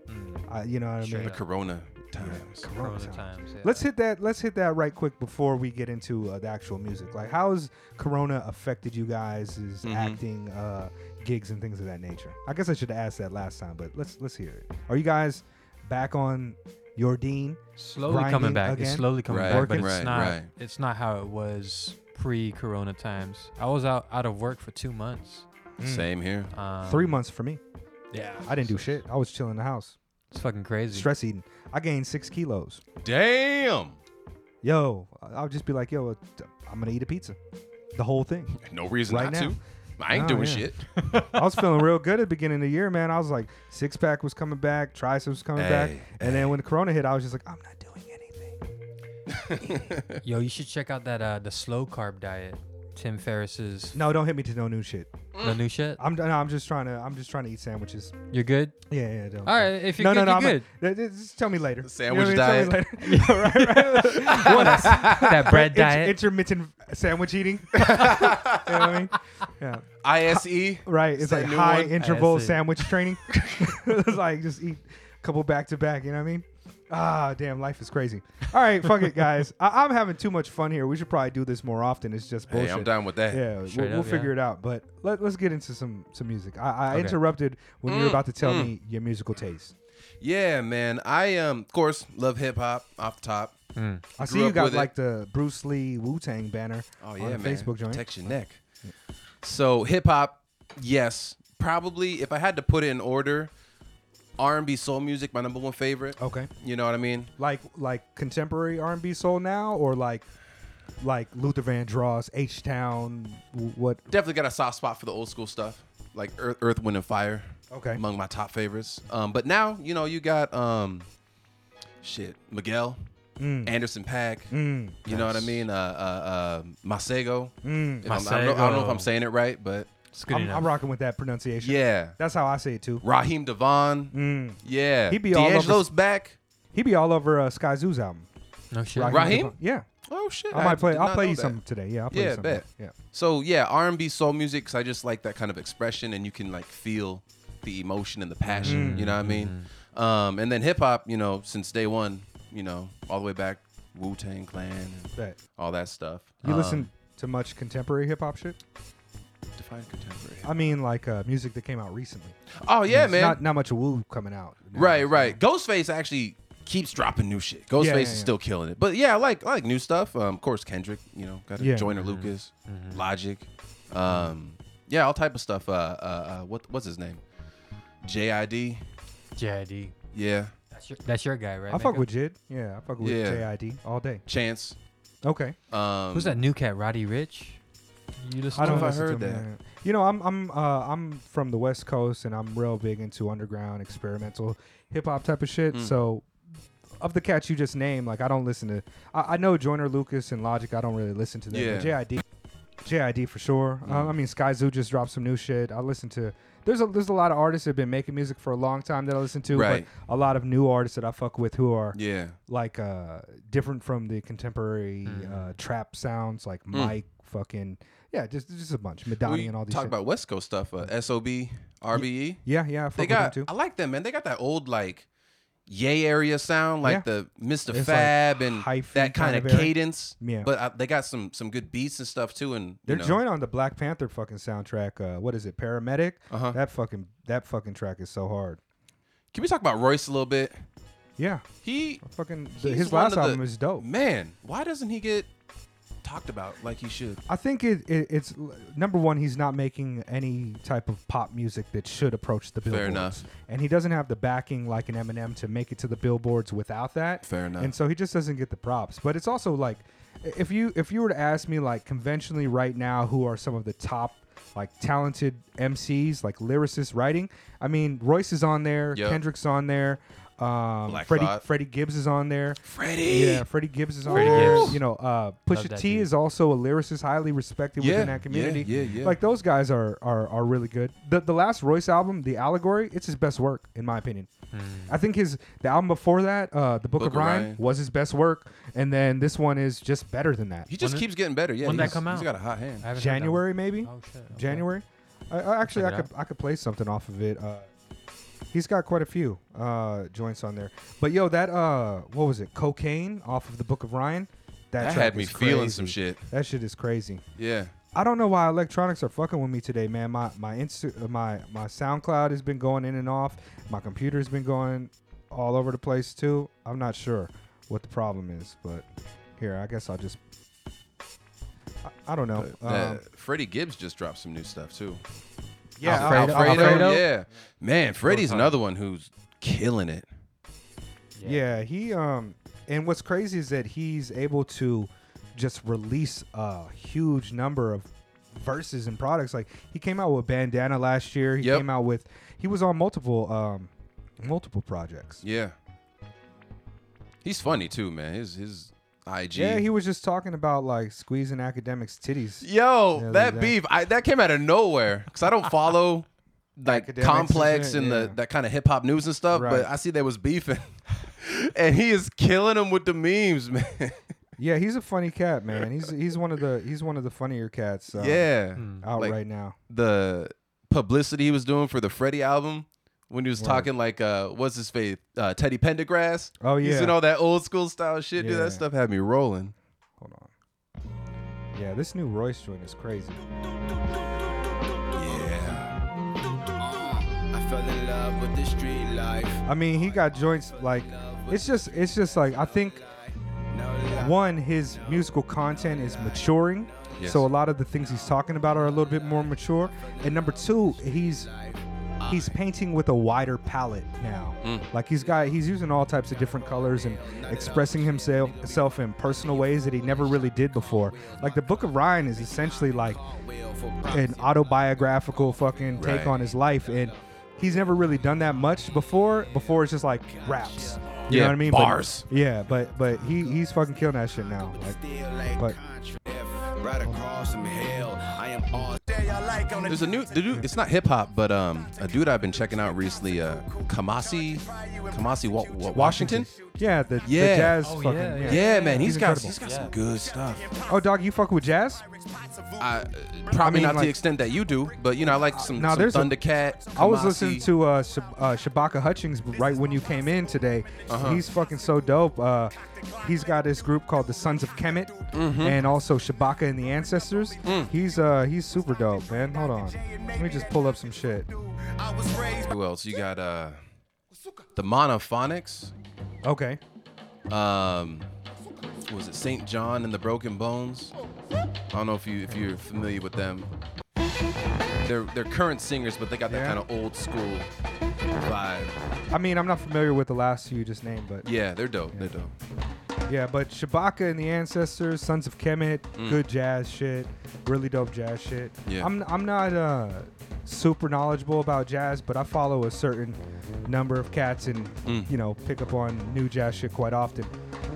[SPEAKER 3] I, you know what I
[SPEAKER 5] The
[SPEAKER 3] mean?
[SPEAKER 5] Corona times.
[SPEAKER 3] Corona
[SPEAKER 4] Corona
[SPEAKER 3] times.
[SPEAKER 4] times, yeah.
[SPEAKER 3] Let's hit that. Let's hit that right quick before we get into uh, the actual music. Like, how has Corona affected you guys' acting, uh, gigs, and things of that nature? I guess I should have asked that last time, but let's let's hear it. Are you guys back on your dean?
[SPEAKER 4] slowly coming
[SPEAKER 3] grinding
[SPEAKER 4] back. It's
[SPEAKER 3] again?
[SPEAKER 4] slowly coming
[SPEAKER 5] Right,
[SPEAKER 4] back, but
[SPEAKER 5] right,
[SPEAKER 4] it's not.
[SPEAKER 5] right.
[SPEAKER 4] It's not how it was pre-Corona times. I was out out of work for two months.
[SPEAKER 5] Mm.
[SPEAKER 3] Mm.
[SPEAKER 5] Same here.
[SPEAKER 4] Um,
[SPEAKER 3] Three months for me.
[SPEAKER 4] Yeah,
[SPEAKER 3] I didn't do shit. I was chilling in the house,
[SPEAKER 4] It's fucking crazy.
[SPEAKER 3] stress eating. I gained six kilos.
[SPEAKER 5] Damn.
[SPEAKER 3] Yo, I- I'll just be like, yo, I'm gonna eat a pizza, the whole thing.
[SPEAKER 5] No reason
[SPEAKER 3] Right
[SPEAKER 5] not
[SPEAKER 3] now.
[SPEAKER 5] to. I ain't
[SPEAKER 3] Oh,
[SPEAKER 5] doing
[SPEAKER 3] yeah.
[SPEAKER 5] shit.
[SPEAKER 3] I was feeling real good at the beginning of the year, man. I was like, six pack was coming back, triceps was coming back,
[SPEAKER 5] Hey,
[SPEAKER 3] and then when the corona hit, I was just like, I'm not doing anything.
[SPEAKER 4] Yo, you should check out that uh the slow carb diet. Tim Ferriss's
[SPEAKER 3] No, don't hit me to no new shit.
[SPEAKER 4] the new shit.
[SPEAKER 3] I'm no, I'm just trying to I'm just trying to eat sandwiches.
[SPEAKER 4] You're good.
[SPEAKER 3] Yeah, yeah. Don't,
[SPEAKER 4] All right, if you're
[SPEAKER 3] no, no,
[SPEAKER 4] good,
[SPEAKER 3] no,
[SPEAKER 4] you're
[SPEAKER 3] I'm not- th- th- just tell me later.
[SPEAKER 5] Sandwich
[SPEAKER 3] what I mean?
[SPEAKER 5] diet.
[SPEAKER 3] Tell me later. [laughs]
[SPEAKER 5] [laughs]
[SPEAKER 3] right, right.
[SPEAKER 4] that
[SPEAKER 3] [laughs]
[SPEAKER 4] bread
[SPEAKER 3] Inter-
[SPEAKER 4] diet.
[SPEAKER 3] intermittent sandwich eating. [laughs] you know what I mean? Yeah.
[SPEAKER 5] ISE.
[SPEAKER 3] Right. It's
[SPEAKER 5] That
[SPEAKER 3] like
[SPEAKER 5] new
[SPEAKER 3] high
[SPEAKER 5] one?
[SPEAKER 3] interval
[SPEAKER 4] That's it.
[SPEAKER 3] sandwich
[SPEAKER 5] [laughs]
[SPEAKER 3] training. [laughs] it's like just eat a couple back to back. You know what I mean? Ah, damn, life is crazy. All right, fuck it,
[SPEAKER 5] [laughs]
[SPEAKER 3] guys. I- I'm having too much fun here. We should probably do this more often. It's just [laughs] bullshit.
[SPEAKER 5] Hey, I'm down with that.
[SPEAKER 3] Yeah, we'll,
[SPEAKER 4] Straight
[SPEAKER 3] we'll
[SPEAKER 4] up, yeah.
[SPEAKER 3] figure it out. But let, let's get into some some music. I, I
[SPEAKER 4] Okay.
[SPEAKER 3] interrupted when
[SPEAKER 5] Mm,
[SPEAKER 3] you were about to tell me your musical taste.
[SPEAKER 5] Yeah, man. I um, of course, love hip hop off the top.
[SPEAKER 3] I see
[SPEAKER 5] Grew
[SPEAKER 3] you
[SPEAKER 5] up
[SPEAKER 3] got
[SPEAKER 5] with it.
[SPEAKER 3] like the Bruce Lee Wu Tang banner
[SPEAKER 5] Oh
[SPEAKER 3] on
[SPEAKER 5] yeah,
[SPEAKER 3] the
[SPEAKER 5] man.
[SPEAKER 3] Facebook joint.
[SPEAKER 5] Protect your neck. So hip hop, yes, probably. If I had to put it in order, R and B soul music, my number one favorite.
[SPEAKER 3] Okay,
[SPEAKER 5] You know what I mean?
[SPEAKER 3] like like contemporary R and B soul now, or like like Luther Vandross, H Town, what?
[SPEAKER 5] Definitely got a soft spot for the old school stuff, like Earth, Earth Wind and Fire.
[SPEAKER 3] Okay.
[SPEAKER 5] Among my top favorites. Um, but now you know you got um, shit, Miguel, Anderson Pack.
[SPEAKER 3] Mm.
[SPEAKER 5] You know what I mean? Uh, uh, uh, Masego.
[SPEAKER 3] Mm.
[SPEAKER 5] If I'm- I, don't know, I don't know if I'm
[SPEAKER 4] Masego.
[SPEAKER 5] saying it right, but
[SPEAKER 4] It's good
[SPEAKER 3] I'm,
[SPEAKER 4] enough.
[SPEAKER 3] I'm rocking with that pronunciation.
[SPEAKER 5] yeah,
[SPEAKER 3] that's how I say it too.
[SPEAKER 5] Raheem Devon.
[SPEAKER 3] Mm.
[SPEAKER 5] Yeah,
[SPEAKER 3] He be all over-
[SPEAKER 5] D'Angelo's back.
[SPEAKER 3] He be all over uh, Sky Zoo's album.
[SPEAKER 4] no shit.
[SPEAKER 3] Rocky
[SPEAKER 5] Raheem?
[SPEAKER 3] Devon. Yeah,
[SPEAKER 5] Oh shit!
[SPEAKER 3] I might play.
[SPEAKER 5] did
[SPEAKER 3] I'll
[SPEAKER 5] not
[SPEAKER 3] play
[SPEAKER 5] know
[SPEAKER 3] you
[SPEAKER 5] that.
[SPEAKER 3] some today. Yeah, I'll play
[SPEAKER 5] Yeah,
[SPEAKER 3] you some.
[SPEAKER 5] bet.
[SPEAKER 3] Yeah.
[SPEAKER 5] So yeah, R and B soul music. 'cause I just like that kind of expression, and you can like feel the emotion and the
[SPEAKER 3] Mm-hmm.
[SPEAKER 5] passion. You know what I mean? Um, and then hip hop. You know, since day one. You know, all the way back, Wu Tang Clan, and
[SPEAKER 3] Bet.
[SPEAKER 5] all that stuff.
[SPEAKER 3] You
[SPEAKER 5] Um,
[SPEAKER 3] listen to much contemporary hip hop shit?
[SPEAKER 5] Define contemporary.
[SPEAKER 3] I mean, like uh, music that came out recently.
[SPEAKER 5] Oh yeah,
[SPEAKER 3] It's
[SPEAKER 5] man.
[SPEAKER 3] Not, not much woo coming out. now.
[SPEAKER 5] Right, right. Ghostface actually keeps dropping new shit. Ghostface
[SPEAKER 3] yeah,
[SPEAKER 5] is
[SPEAKER 3] yeah.
[SPEAKER 5] still killing it. But yeah, I like I like new stuff. Um, of course, Kendrick, you know, got
[SPEAKER 3] Yeah.
[SPEAKER 4] Mm-hmm.
[SPEAKER 5] Joyner Lucas, Logic, um, yeah, all type of stuff. Uh, uh, uh what what's his name? JID.
[SPEAKER 4] JID.
[SPEAKER 5] Yeah,
[SPEAKER 4] That's your, that's your guy, right?
[SPEAKER 3] I fuck
[SPEAKER 4] Mega?
[SPEAKER 3] with Jid. Yeah, I fuck with
[SPEAKER 5] Yeah.
[SPEAKER 3] JID all day.
[SPEAKER 5] Chance.
[SPEAKER 3] Okay.
[SPEAKER 5] Um,
[SPEAKER 4] Who's that new cat? Roddy Rich. You listen
[SPEAKER 3] I
[SPEAKER 4] to
[SPEAKER 3] don't
[SPEAKER 5] if I
[SPEAKER 4] him?
[SPEAKER 3] listen to
[SPEAKER 5] heard
[SPEAKER 3] him,
[SPEAKER 5] that.
[SPEAKER 3] yeah. You know, I'm I'm uh, I'm from the West Coast and I'm real big into underground experimental hip hop type of shit.
[SPEAKER 5] Mm.
[SPEAKER 3] So of the cats you just named, like I don't listen to I, I know Joyner Lucas and Logic, I don't really listen to them.
[SPEAKER 5] Yeah. Mm.
[SPEAKER 3] But JID JID for sure. Um, I mean, Sky Zoo just dropped some new shit. I listen to there's a there's a lot of artists that have been making music for a long time that I listen to,
[SPEAKER 5] Right.
[SPEAKER 3] but a lot of new artists that I fuck with who are
[SPEAKER 5] Yeah.
[SPEAKER 3] like uh different from the contemporary
[SPEAKER 5] Mm.
[SPEAKER 3] uh, trap sounds, like Mike fucking yeah, just just a bunch Madani
[SPEAKER 5] We
[SPEAKER 3] and all these.
[SPEAKER 5] Mm. talk
[SPEAKER 3] shit.
[SPEAKER 5] about West Coast stuff. Uh, Sob, RBE.
[SPEAKER 3] yeah, yeah, I fuck
[SPEAKER 5] They
[SPEAKER 3] with
[SPEAKER 5] got.
[SPEAKER 3] them too.
[SPEAKER 5] I like them, man. They got that old like. Yay area sound like
[SPEAKER 3] Yeah.
[SPEAKER 5] the Mr.
[SPEAKER 3] like
[SPEAKER 5] Fab and
[SPEAKER 3] hyphy
[SPEAKER 5] that
[SPEAKER 3] kind
[SPEAKER 5] kind
[SPEAKER 3] of
[SPEAKER 5] of
[SPEAKER 3] area.
[SPEAKER 5] cadence.
[SPEAKER 3] Yeah.
[SPEAKER 5] But I, they got some some good beats and stuff too. And you
[SPEAKER 3] Their
[SPEAKER 5] know,
[SPEAKER 3] joint on the Black Panther fucking soundtrack. Uh, what is it? Paramedic.
[SPEAKER 5] Uh-huh.
[SPEAKER 3] That fucking that fucking track is so hard.
[SPEAKER 5] Can we talk about Royce a little bit?
[SPEAKER 3] Yeah,
[SPEAKER 5] He
[SPEAKER 3] fucking the-
[SPEAKER 5] he's
[SPEAKER 3] his
[SPEAKER 5] one
[SPEAKER 3] last
[SPEAKER 5] of the-
[SPEAKER 3] album is dope.
[SPEAKER 5] Man, why doesn't he get talked about like he should?
[SPEAKER 3] I think it, it it's number one. He's not making any type of pop music that should approach the billboards,
[SPEAKER 5] enough.
[SPEAKER 3] and he doesn't have the backing like an Eminem to make it to the billboards without that.
[SPEAKER 5] Fair enough.
[SPEAKER 3] And so he just doesn't get the props. But it's also like, i- if you if you were to ask me like conventionally right now, who are some of the top like talented MCs like lyricists writing? I mean, Royce is on there,
[SPEAKER 5] Yep.
[SPEAKER 3] Kendrick's on there, um,
[SPEAKER 5] Black
[SPEAKER 3] Freddie
[SPEAKER 5] Thought.
[SPEAKER 3] Freddie Gibbs is on there.
[SPEAKER 5] Freddie.
[SPEAKER 3] Yeah, Freddie Gibbs is on
[SPEAKER 4] Freddie
[SPEAKER 3] there.
[SPEAKER 4] Gibbs.
[SPEAKER 3] You know, uh,
[SPEAKER 4] Love
[SPEAKER 3] Pusha
[SPEAKER 4] that
[SPEAKER 3] T
[SPEAKER 4] dude.
[SPEAKER 3] is also a lyricist, highly respected
[SPEAKER 5] Yeah,
[SPEAKER 3] within that community.
[SPEAKER 5] yeah, yeah, yeah.
[SPEAKER 3] Like those guys are are, are really good. The, the last Royce album, The Allegory, it's his best work in my opinion.
[SPEAKER 4] Hmm.
[SPEAKER 3] I think his the album before that, uh, The Book, of
[SPEAKER 5] Book of
[SPEAKER 3] Rhyme,
[SPEAKER 5] Rhyme.
[SPEAKER 3] was his best work, and then this one is just better than that.
[SPEAKER 5] He just
[SPEAKER 4] When
[SPEAKER 5] keeps getting better. Yeah.
[SPEAKER 4] when that
[SPEAKER 5] he's-
[SPEAKER 4] come
[SPEAKER 5] He's
[SPEAKER 4] out?
[SPEAKER 5] got a hot hand.
[SPEAKER 4] I haven't heard that
[SPEAKER 3] January maybe.
[SPEAKER 4] one. Oh shit. okay.
[SPEAKER 3] January. I, I actually I
[SPEAKER 4] Check it
[SPEAKER 3] could I could play something off of it. Uh, he's got quite a few uh, joints on there. But yo, that uh, what was it? Cocaine off of the Book of Ryan. That,
[SPEAKER 5] That
[SPEAKER 3] track
[SPEAKER 5] had me
[SPEAKER 3] is
[SPEAKER 5] feeling some
[SPEAKER 3] crazy.
[SPEAKER 5] shit.
[SPEAKER 3] That shit is crazy.
[SPEAKER 5] Yeah.
[SPEAKER 3] I don't know why electronics are fucking with me today, man. My my Insta, uh, my my SoundCloud has been going in and off. My computer's been going all over the place too. I'm not sure what the problem is, but here, I guess I'll just. I, I don't know.
[SPEAKER 5] Uh,
[SPEAKER 3] Um,
[SPEAKER 5] Freddie Gibbs just dropped some new stuff too.
[SPEAKER 3] yeah,
[SPEAKER 4] Alfredo-
[SPEAKER 3] Alfredo- Alfredo.
[SPEAKER 5] Yeah. Man, Freddie's another one who's killing it.
[SPEAKER 3] Yeah, he um and what's crazy is that he's able to just release a huge number of verses and products. Like he came out with Bandana last year. He
[SPEAKER 5] Yep.
[SPEAKER 3] came out with he was on multiple um multiple projects.
[SPEAKER 5] Yeah. He's funny too, man. His his IG.
[SPEAKER 3] Yeah, he was just talking about like squeezing academics titties.
[SPEAKER 5] Yo,
[SPEAKER 3] Yeah,
[SPEAKER 5] that
[SPEAKER 3] that-
[SPEAKER 5] beef, I, that came out of nowhere because I don't
[SPEAKER 3] [laughs]
[SPEAKER 5] follow like
[SPEAKER 3] Academics and
[SPEAKER 5] complex
[SPEAKER 3] shit,
[SPEAKER 5] and
[SPEAKER 3] yeah.
[SPEAKER 5] the that kind of hip hop news and stuff.
[SPEAKER 3] Right.
[SPEAKER 5] But I see they was beefing, [laughs] and he is killing them with the memes, [laughs] man.
[SPEAKER 3] Yeah, he's a funny cat, man. He's he's one of the he's one of the funnier cats. Uh,
[SPEAKER 5] yeah,
[SPEAKER 4] Hmm.
[SPEAKER 3] out
[SPEAKER 5] Like-
[SPEAKER 3] right now.
[SPEAKER 5] the publicity he was doing for the Freddie album when he was talking like, uh, what's his face, uh, Teddy Pendergrass.
[SPEAKER 3] Oh, yeah.
[SPEAKER 5] using all that old school style shit. Dude,
[SPEAKER 3] Yeah.
[SPEAKER 5] that stuff had me rolling.
[SPEAKER 3] Hold on. Yeah, this new Royce joint is crazy.
[SPEAKER 5] Yeah,
[SPEAKER 6] I fell in love with the street life.
[SPEAKER 3] I mean, he got joints like it's just it's just like I think one his musical content is maturing.
[SPEAKER 5] Yes.
[SPEAKER 3] So a lot of the things he's talking about are a little bit more mature. And number 2, he's he's painting with a wider palette now.
[SPEAKER 5] Mm.
[SPEAKER 3] Like he's got he's using all types of different colors and expressing himself self in personal ways that he never really did before. Like the Book of Ryan is essentially like an autobiographical fucking take
[SPEAKER 5] Right.
[SPEAKER 3] on his life and he's never really done that much before. Before it's just like raps. You know
[SPEAKER 5] Yeah,
[SPEAKER 3] what I mean?
[SPEAKER 5] bars.
[SPEAKER 3] But, yeah, but but he he's fucking killing that shit now. Like but
[SPEAKER 6] Right across from hell, I am all
[SPEAKER 5] there's a new, the new it's not hip hop, but um, a dude I've been checking out recently, uh, Kamasi, Kamasi Wa- Wa- Washington.
[SPEAKER 3] yeah, the, the
[SPEAKER 5] Yeah.
[SPEAKER 3] jazz
[SPEAKER 4] Oh,
[SPEAKER 3] fucking
[SPEAKER 4] yeah,
[SPEAKER 3] yeah.
[SPEAKER 5] Yeah, man, he's got
[SPEAKER 3] incredible.
[SPEAKER 5] he's got some good stuff.
[SPEAKER 3] Oh dog, you fuck with jazz?
[SPEAKER 5] I, uh, probably
[SPEAKER 3] mean,
[SPEAKER 5] not to
[SPEAKER 3] like-
[SPEAKER 5] the extent that you do, but you know, I like some,
[SPEAKER 3] Now,
[SPEAKER 5] some
[SPEAKER 3] there's a-
[SPEAKER 5] Thundercat.
[SPEAKER 3] I was
[SPEAKER 5] Kamasi.
[SPEAKER 3] listening to uh, Shab- uh Shabaka Hutchings right when you came in today.
[SPEAKER 5] Uh-huh.
[SPEAKER 3] He's fucking so dope. Uh, he's got this group called the Sons of Kemet,
[SPEAKER 5] Mm-hmm.
[SPEAKER 3] and also Shabaka and the Ancestors.
[SPEAKER 5] Mm.
[SPEAKER 3] He's uh he's super dope, man. Hold on, let me just pull up some shit.
[SPEAKER 5] who else? You got uh, the Monophonics.
[SPEAKER 3] Okay,
[SPEAKER 5] Um, was it Saint John and the Broken Bones? I don't know if you if you're familiar with them. They're they're current singers, but they got that
[SPEAKER 3] Yeah.
[SPEAKER 5] kind of old school vibe.
[SPEAKER 3] I mean I'm not familiar with the last two you just named, but
[SPEAKER 5] Yeah, they're dope. They're dope.
[SPEAKER 3] Yeah, but Shabaka and the Ancestors, Sons of Kemet, good jazz shit, really dope jazz shit.
[SPEAKER 5] Mm. Yeah.
[SPEAKER 3] I'm I'm not uh, super knowledgeable about jazz, but I follow a certain number of cats
[SPEAKER 5] Mm.
[SPEAKER 3] and you know pick up on new jazz shit quite often.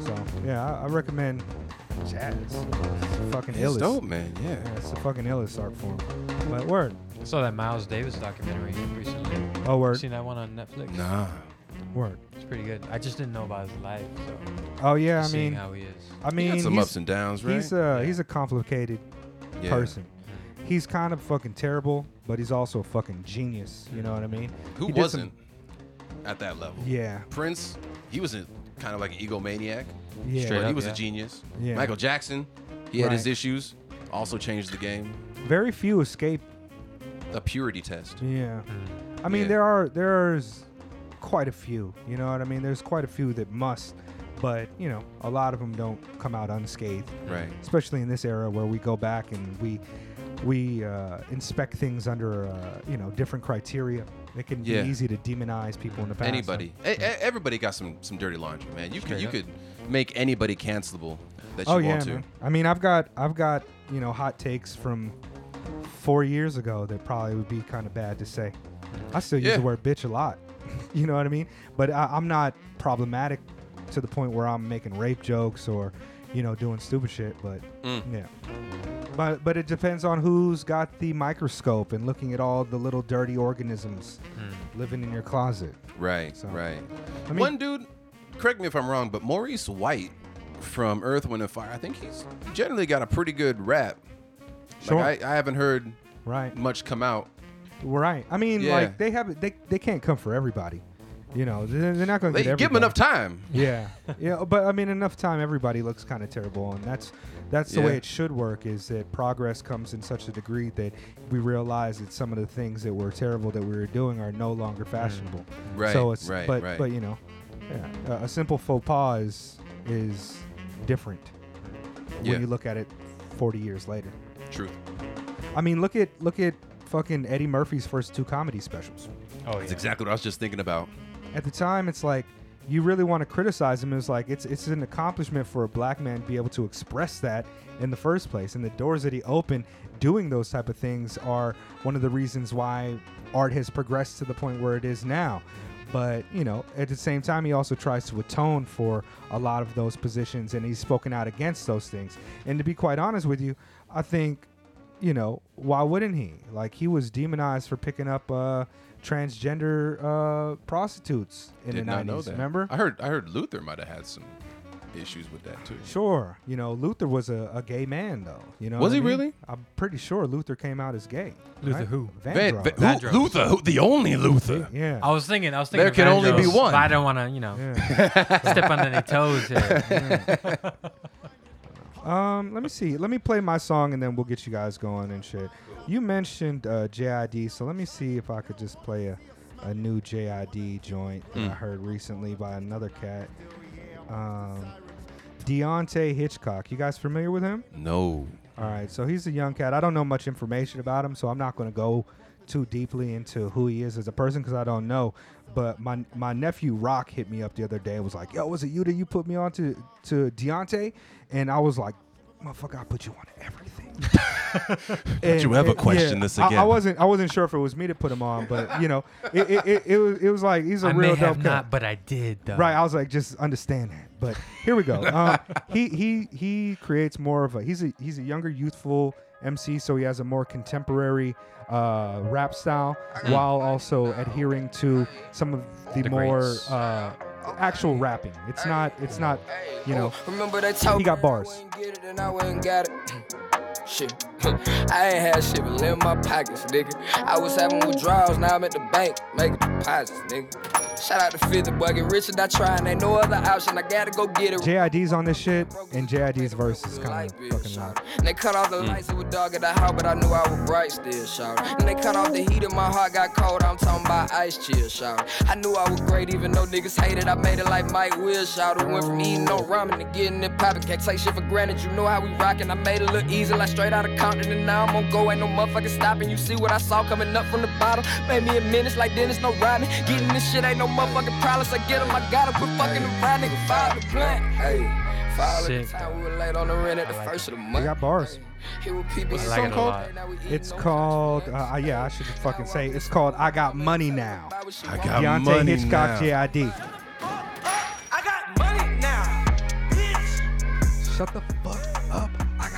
[SPEAKER 3] So yeah, I, I recommend Jazz. Fucking
[SPEAKER 5] It's
[SPEAKER 3] illest.
[SPEAKER 5] dope, man.
[SPEAKER 3] Yeah,
[SPEAKER 5] Yeah.
[SPEAKER 3] it's the fucking illest art form. But word.
[SPEAKER 4] I saw that Miles Davis documentary recently.
[SPEAKER 3] Oh, word.
[SPEAKER 4] Seen that one on Netflix?
[SPEAKER 5] Nah.
[SPEAKER 3] Word.
[SPEAKER 4] It's pretty good. I just didn't know about his life, so
[SPEAKER 3] Oh, yeah. I
[SPEAKER 4] seeing
[SPEAKER 3] mean,
[SPEAKER 4] how he is.
[SPEAKER 3] I
[SPEAKER 5] He
[SPEAKER 3] mean,
[SPEAKER 5] had some
[SPEAKER 3] he's-
[SPEAKER 5] ups and downs, right?
[SPEAKER 3] He's a he's a complicated
[SPEAKER 5] Yeah. Mm-hmm.
[SPEAKER 3] person. He's kind of fucking terrible, but he's also a fucking genius. You know what I mean?
[SPEAKER 5] Who
[SPEAKER 3] He did some-
[SPEAKER 5] wasn't at that level?
[SPEAKER 3] yeah,
[SPEAKER 5] Prince, he was a kind of like an egomaniac.
[SPEAKER 3] yeah,
[SPEAKER 5] Straight
[SPEAKER 4] up,
[SPEAKER 5] he was
[SPEAKER 4] yeah.
[SPEAKER 5] a genius.
[SPEAKER 3] Yeah.
[SPEAKER 5] Michael Jackson, he had his
[SPEAKER 3] Right.
[SPEAKER 5] issues. Also changed the game.
[SPEAKER 3] Very few escape.
[SPEAKER 5] A purity test.
[SPEAKER 3] Yeah, I mean
[SPEAKER 5] Mm. Yeah.
[SPEAKER 3] there are there's quite a few. You know what I mean? There's quite a few that must, but you know a lot of them don't come out unscathed.
[SPEAKER 5] Right.
[SPEAKER 3] Especially in this era where we go back and we we uh, inspect things under uh, you know different criteria. It can
[SPEAKER 5] Yeah.
[SPEAKER 3] be easy to demonize people in the past.
[SPEAKER 5] Anybody, E- e- everybody got some some dirty laundry, man. You could
[SPEAKER 4] Straight
[SPEAKER 5] you
[SPEAKER 4] up.
[SPEAKER 5] could make anybody cancelable that you
[SPEAKER 3] oh
[SPEAKER 5] want
[SPEAKER 3] yeah,
[SPEAKER 5] to.
[SPEAKER 3] man. I mean, I've got I've got you know hot takes from four years ago that probably would be kind of bad to say. I still use
[SPEAKER 5] Yeah.
[SPEAKER 3] the word bitch a lot. [laughs] you know what I mean? But I, I'm not problematic to the point where I'm making rape jokes or you know doing stupid shit. But
[SPEAKER 5] Mm.
[SPEAKER 3] yeah. But, but it depends on who's got the microscope and looking at all the little dirty organisms
[SPEAKER 5] Mm.
[SPEAKER 3] living in your closet.
[SPEAKER 5] Right,
[SPEAKER 3] So,
[SPEAKER 5] right.
[SPEAKER 3] I mean-
[SPEAKER 5] One dude, correct me if I'm wrong, but Maurice White from Earth, Wind, and Fire, I think he's generally got a pretty good rap.
[SPEAKER 3] Sure.
[SPEAKER 5] Like I, I haven't heard
[SPEAKER 3] Right.
[SPEAKER 5] much come out.
[SPEAKER 3] Right. I mean,
[SPEAKER 5] Yeah.
[SPEAKER 3] like they have they they can't come for everybody. You know, they're, they're not going to
[SPEAKER 5] They
[SPEAKER 3] get everybody.
[SPEAKER 5] give him enough time. [laughs]
[SPEAKER 3] Yeah, yeah, but I mean, enough time. Everybody looks kind of terrible, and that's that's the
[SPEAKER 5] Yeah.
[SPEAKER 3] way it should work. Is that progress comes in such a degree that we realize that some of the things that were terrible that we were doing are no longer fashionable.
[SPEAKER 5] Mm. Right,
[SPEAKER 3] So it's
[SPEAKER 5] right,
[SPEAKER 3] but
[SPEAKER 5] right.
[SPEAKER 3] but you know, yeah, a- a simple faux pas is is different
[SPEAKER 5] Yeah.
[SPEAKER 3] when you look at it 40 years later.
[SPEAKER 5] Truth.
[SPEAKER 3] I mean, look at look at fucking Eddie Murphy's first two comedy specials.
[SPEAKER 4] Oh
[SPEAKER 5] That's
[SPEAKER 4] yeah.
[SPEAKER 5] exactly what I was just thinking about.
[SPEAKER 3] at the time it's like you really want to criticize him it's like it's it's an accomplishment for a black man to be able to express that in the first place and the doors that he opened doing those type of things are one of the reasons why art has progressed to the point where it is now but you know at the same time he also tries to atone for a lot of those positions and he's spoken out against those things and to be quite honest with you i think you know, why wouldn't he? Like he was demonized for picking up uh, transgender uh, prostitutes in
[SPEAKER 5] Did
[SPEAKER 3] the
[SPEAKER 5] not know
[SPEAKER 3] nineties.
[SPEAKER 5] that.
[SPEAKER 3] Remember?
[SPEAKER 5] I heard I heard Luther might have had some issues with that too.
[SPEAKER 3] sure. You know, Luther was a, a gay man though. You know,
[SPEAKER 5] Was
[SPEAKER 3] what I
[SPEAKER 5] he
[SPEAKER 3] mean?
[SPEAKER 5] really?
[SPEAKER 3] I'm pretty sure Luther came out as gay.
[SPEAKER 4] Luther
[SPEAKER 3] right?
[SPEAKER 4] who?
[SPEAKER 5] Van-
[SPEAKER 3] Vandross.
[SPEAKER 5] Van- who-
[SPEAKER 4] Vandross.
[SPEAKER 5] Luther, who, the only Luther.
[SPEAKER 3] yeah.
[SPEAKER 4] I was thinking. I was thinking.
[SPEAKER 5] There can only be
[SPEAKER 4] Vandross,
[SPEAKER 5] one.
[SPEAKER 4] But I don't want to, you know, [laughs]
[SPEAKER 3] yeah.
[SPEAKER 4] step on any toes here.
[SPEAKER 3] um, let me see. Let me play my song and then we'll get you guys going and shit. You mentioned uh, JID, so let me see if I could just play a, a new JID joint that I heard recently by another cat. Um, Deontay Hitchcock. You guys familiar with him?
[SPEAKER 5] No.
[SPEAKER 3] All right, so he's a young cat. I don't know much information about him, so I'm not going to go too deeply into who he is as a person because I don't know. But my my nephew Rock hit me up the other day. and Was like, "Yo, was it you that you put me on to to Deontay?" And I was like, "Motherfucker, I put you on to
[SPEAKER 5] [laughs]
[SPEAKER 3] everything." Did
[SPEAKER 5] you ever question this
[SPEAKER 3] I,
[SPEAKER 5] again?
[SPEAKER 3] wasn't. I wasn't sure if it was me to put him on, but you know, it it, it, it was it was like he's a
[SPEAKER 4] I
[SPEAKER 3] real
[SPEAKER 4] may
[SPEAKER 3] dope
[SPEAKER 4] have
[SPEAKER 3] cat.
[SPEAKER 4] not, but I did though.
[SPEAKER 3] Right. I was like, just understand that. But here we
[SPEAKER 5] [laughs]
[SPEAKER 3] go. Um, he he he creates more of a he's a he's a younger, youthful MC, so he has a more contemporary uh, rap style
[SPEAKER 5] Mm.
[SPEAKER 3] while also adhering to some of the, more
[SPEAKER 4] greats.
[SPEAKER 3] uh, actual rapping. It's not it's not you know
[SPEAKER 6] remember that talk?
[SPEAKER 3] He got bars.
[SPEAKER 6] I wouldn't get it and I wouldn't got it. [clears throat] Shit, [laughs] I ain't had shit but in my pockets, nigga. I was having withdrawals, now I'm at the bank making deposits, nigga. Shout out to 50 Boy, get rich and I try, and ain't no other option. I gotta go get it.
[SPEAKER 3] JID's on this shit and JID's verse is kind of fucking loud.
[SPEAKER 6] And they cut off the
[SPEAKER 4] Mm.
[SPEAKER 6] lights, it was dark at the house, but I knew I was bright still, shout. And they cut off the heat, and my heart got cold. I'm talking about ice chill, shout. I knew I was great, even though niggas hated. I made it like Mike Will, shout. It went from eating no ramen to getting it poppin'. Can't take shit for granted, you know how we rockin'. I made it look easy, like straight out of Compton, and now I'm on go. Ain't no motherfucking stopping. You see what I saw coming up from the bottom? Made me a menace like Dennis, no riding. Getting this shit ain't no motherfucking promise. I get 'em, I gotta quit fucking around, nigga. File the plant, hey. Five at
[SPEAKER 4] Sick,
[SPEAKER 6] the time, we were late on the rent at the
[SPEAKER 4] like
[SPEAKER 6] first of the
[SPEAKER 3] They
[SPEAKER 6] month.
[SPEAKER 3] got bars.
[SPEAKER 6] Here with people.
[SPEAKER 4] I like it a lot.
[SPEAKER 3] It's called uh, yeah, I should fucking say it's called I Got Money Now.
[SPEAKER 5] I got
[SPEAKER 3] Deontay
[SPEAKER 5] money
[SPEAKER 3] Hitchcock
[SPEAKER 5] now.
[SPEAKER 3] JID.
[SPEAKER 6] I got money now.
[SPEAKER 3] Shut the fuck
[SPEAKER 5] up. Yeah,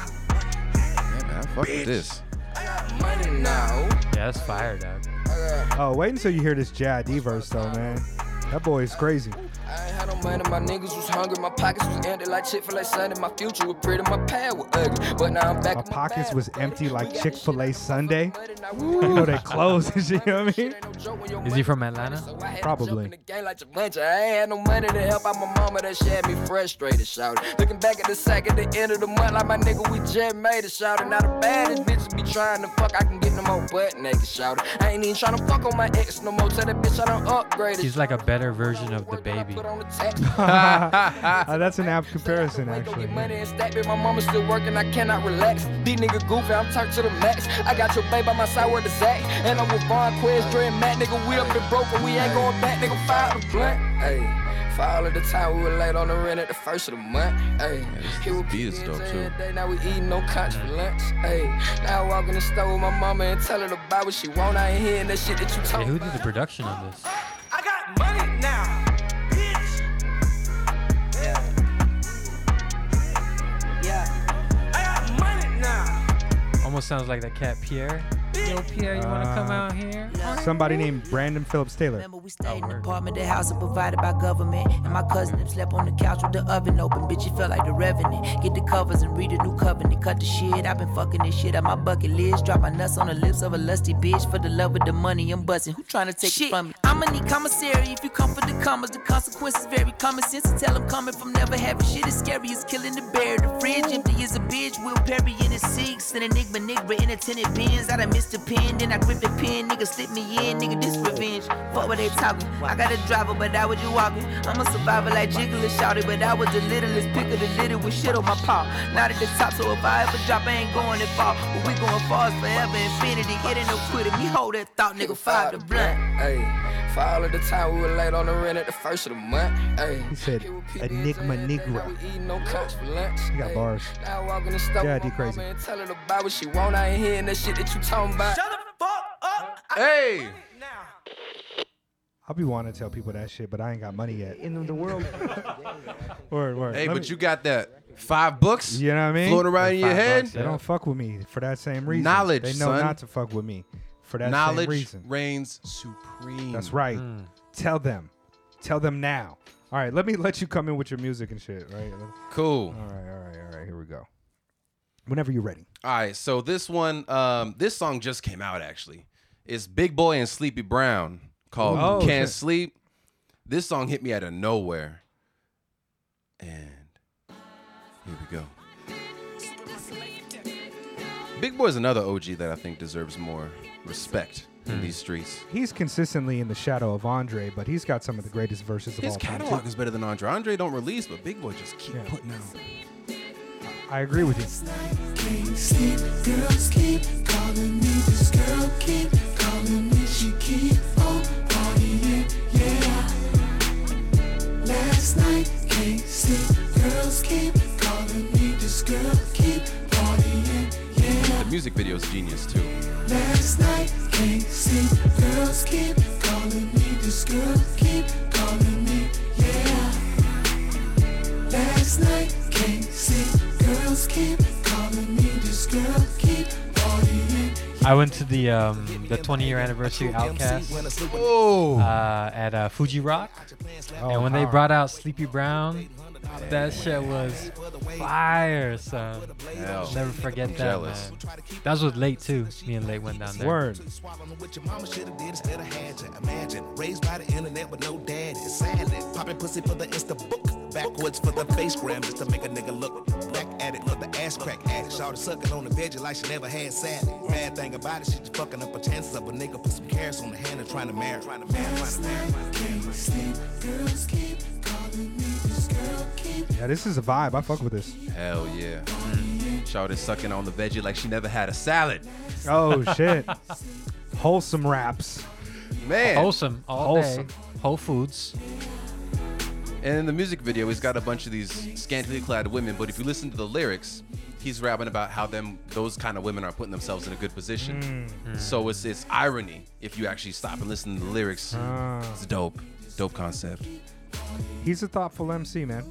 [SPEAKER 5] man, I fuck with this.
[SPEAKER 6] I got money now.
[SPEAKER 4] Yeah, that's fire, dog.
[SPEAKER 3] Oh, wait until you hear this JID verse though, man. That boy is
[SPEAKER 5] [laughs]
[SPEAKER 3] crazy. [laughs]
[SPEAKER 6] I ain't had no money, my niggas was hungry, my pockets was empty like Chick-fil-A Sunday, my future was pretty, my pad was ugly, but now I'm back
[SPEAKER 3] My
[SPEAKER 6] in
[SPEAKER 3] pockets
[SPEAKER 6] bag,
[SPEAKER 3] was
[SPEAKER 6] buddy.
[SPEAKER 3] empty
[SPEAKER 6] We
[SPEAKER 3] like
[SPEAKER 6] got this
[SPEAKER 3] Chick-fil-A
[SPEAKER 6] shit
[SPEAKER 3] Sunday.
[SPEAKER 6] out of
[SPEAKER 3] [laughs]
[SPEAKER 6] my mother,
[SPEAKER 3] You
[SPEAKER 6] now
[SPEAKER 3] know
[SPEAKER 6] we-
[SPEAKER 3] they closed and shit, you know what I mean?
[SPEAKER 6] Shit ain't no joke when your
[SPEAKER 4] Is he
[SPEAKER 6] money
[SPEAKER 4] from
[SPEAKER 6] money,
[SPEAKER 4] Atlanta?
[SPEAKER 6] so I had to
[SPEAKER 3] Probably.
[SPEAKER 6] jump in the game like Jumanji. I ain't had no money to help out my mama, that shit had me frustrated, shout Looking back at the sack at the end of the month, like my nigga, we just made it, shout Now the baddest bitches be trying to fuck, I can get no more butt naked, shout I ain't even trying to fuck on my ex no more, tell that bitch I done upgraded.
[SPEAKER 4] He's like a better version of the baby.
[SPEAKER 3] Uh, that's an apt [laughs] comparison, actually.
[SPEAKER 6] Get money and stack it. My mama still working, I cannot relax. These nigga goofy, I'm turned to the max. I got your babe by my side where the Zach. And I'm with Von Quez, Dre, and Matt. Nigga, we up and broke, but we ain't going back. Nigga, fire the blunt. Ayy. For all of the time we were late on the rent at the first of the month. Ayy,
[SPEAKER 5] this-
[SPEAKER 6] Here
[SPEAKER 5] this
[SPEAKER 6] we
[SPEAKER 5] beat is
[SPEAKER 6] begins
[SPEAKER 5] dope, too.
[SPEAKER 6] every day, Now we eating no conch for lunch. Ayy, now I walk in the store with my mama and tell her to buy what she want. I ain't hearing that shit that you
[SPEAKER 4] Hey,
[SPEAKER 6] talking
[SPEAKER 4] who did the
[SPEAKER 6] about.
[SPEAKER 4] production on this?
[SPEAKER 7] I got money now, bitch.
[SPEAKER 6] Yeah.
[SPEAKER 7] I got money now.
[SPEAKER 4] Almost sounds like that cat Pierre. Yo, Pierre, you wanna come
[SPEAKER 3] Uh,
[SPEAKER 4] out here?
[SPEAKER 3] Somebody named Brandon Phillips Taylor.
[SPEAKER 8] Remember, we stayed in
[SPEAKER 4] word.
[SPEAKER 8] an apartment, the housing provided by government. And my cousin him slept on the couch with the oven open. Bitch, he felt like the revenant. Get the covers and read the new covenant. Cut the shit. I've been fucking this shit out my bucket list. Drop my nuts on the lips of a lusty bitch. For the love of the money, I'm busting. Who tryna take it from me? I'ma need commissary if you come for the commas. The consequences very common sense. to Tell them coming from never having shit is scary as killing the bear. The fridge empty is a bitch. Will Perry in his six. An enigma nigga in a tenant bins. I done missed a pin. Then I gripped the pin. Nigga slip me in. Nigga, this revenge. Fuck what they talking. I got a driver, but I was you walking. I'm a survivor like Jiggler shouted, but I was the littlest pick of the litter with shit on my paw. Not at the top, so if I ever drop, I ain't going to fall. But we going far as forever, infinity. It ain't no quitting. Me hold that thought, nigga. Five to blunt.
[SPEAKER 6] Ayy, for all of the time we were late on the rent at the first of the month. Ayy,
[SPEAKER 3] He said,
[SPEAKER 6] Here with
[SPEAKER 3] "Enigma
[SPEAKER 6] PBs every day,
[SPEAKER 3] Negra."
[SPEAKER 6] now we eating no cups for lunch.
[SPEAKER 3] He got
[SPEAKER 6] Ayy,
[SPEAKER 3] bars.
[SPEAKER 6] Now I walk in the store
[SPEAKER 3] Yeah,
[SPEAKER 6] with
[SPEAKER 3] D
[SPEAKER 6] my
[SPEAKER 3] crazy.
[SPEAKER 6] mama and tell her to buy what she want. I ain't hearing that shit that you talking about.
[SPEAKER 7] Shut the fuck up. I
[SPEAKER 5] Hey,
[SPEAKER 7] got now.
[SPEAKER 3] I'll be wanting to tell people that shit, but I ain't got money yet. In the world. [laughs] word, word.
[SPEAKER 5] hey,
[SPEAKER 3] Let
[SPEAKER 5] but
[SPEAKER 3] me-
[SPEAKER 5] you got that five books
[SPEAKER 3] You know what I mean?
[SPEAKER 5] floating around in your
[SPEAKER 4] Five
[SPEAKER 5] head.
[SPEAKER 4] bucks,
[SPEAKER 3] They don't fuck with me for that same reason.
[SPEAKER 5] Knowledge,
[SPEAKER 3] They know
[SPEAKER 5] son.
[SPEAKER 3] not to fuck with me for that same
[SPEAKER 5] Knowledge
[SPEAKER 3] reason.
[SPEAKER 5] reigns supreme.
[SPEAKER 3] That's right.
[SPEAKER 4] Mm.
[SPEAKER 3] Tell them. Tell them now. All right, let me let you come in with your music and shit, right? Let-
[SPEAKER 5] Cool.
[SPEAKER 3] All right, all right, all right. Here we go. Whenever you're ready.
[SPEAKER 5] All right, so this one, um, this song just came out actually. It's Big Boy and Sleepy Brown called
[SPEAKER 3] Oh,
[SPEAKER 5] "Can't
[SPEAKER 3] shit.
[SPEAKER 5] Sleep." This song hit me out of nowhere, and here we go. Big Boy's another OG that I think deserves more respect in these streets.
[SPEAKER 3] He's consistently in the shadow of Andre, but he's got some of the greatest verses of
[SPEAKER 5] His
[SPEAKER 3] all time.
[SPEAKER 5] catalog is better than Andre. Andre don't release, but Big Boy just keep
[SPEAKER 3] Yeah.
[SPEAKER 5] putting out.
[SPEAKER 3] I agree with you.
[SPEAKER 5] The music video's genius too.
[SPEAKER 4] I went to the um, the 20 year anniversary Outcast
[SPEAKER 5] Oh,
[SPEAKER 4] uh, at uh, Fuji Rock, and when they brought out Sleepy Brown, that shit was fire, son.
[SPEAKER 5] hell.
[SPEAKER 4] Never forget that.
[SPEAKER 5] jealous.
[SPEAKER 4] Man. That was with late too. Me and late went down there.
[SPEAKER 3] Word.
[SPEAKER 9] Swallowing what your mama should have did instead of had to imagine. Raised by the internet with no daddy. Silent. Popping pussy for the Insta book. Backwards for the face gram just to make a nigga look. Back at it, love the ass crack at it. Shawty sucking on the veggie like she never had salad. Bad thing about it, she just fucking up her chances of a nigga. Put some carrots on the hand and trying to marry. Trying to marry. Trying to marry.
[SPEAKER 3] Yeah, this is a vibe. I fuck with this.
[SPEAKER 5] Hell yeah. Shawty sucking on the veggie like she never had a salad. [laughs]
[SPEAKER 3] Oh shit. Wholesome raps.
[SPEAKER 5] Man.
[SPEAKER 4] Wholesome all
[SPEAKER 3] Wholesome.
[SPEAKER 4] day. Whole Foods.
[SPEAKER 5] And in the music video, he's got a bunch of these scantily clad women, but if you listen to the lyrics, he's rapping about how them those kind of women are putting themselves in a good position.
[SPEAKER 3] Mm-hmm.
[SPEAKER 5] So it's it's irony if you actually stop and listen to the lyrics.
[SPEAKER 3] Uh,
[SPEAKER 5] It's dope. Dope concept.
[SPEAKER 3] He's a thoughtful MC, man.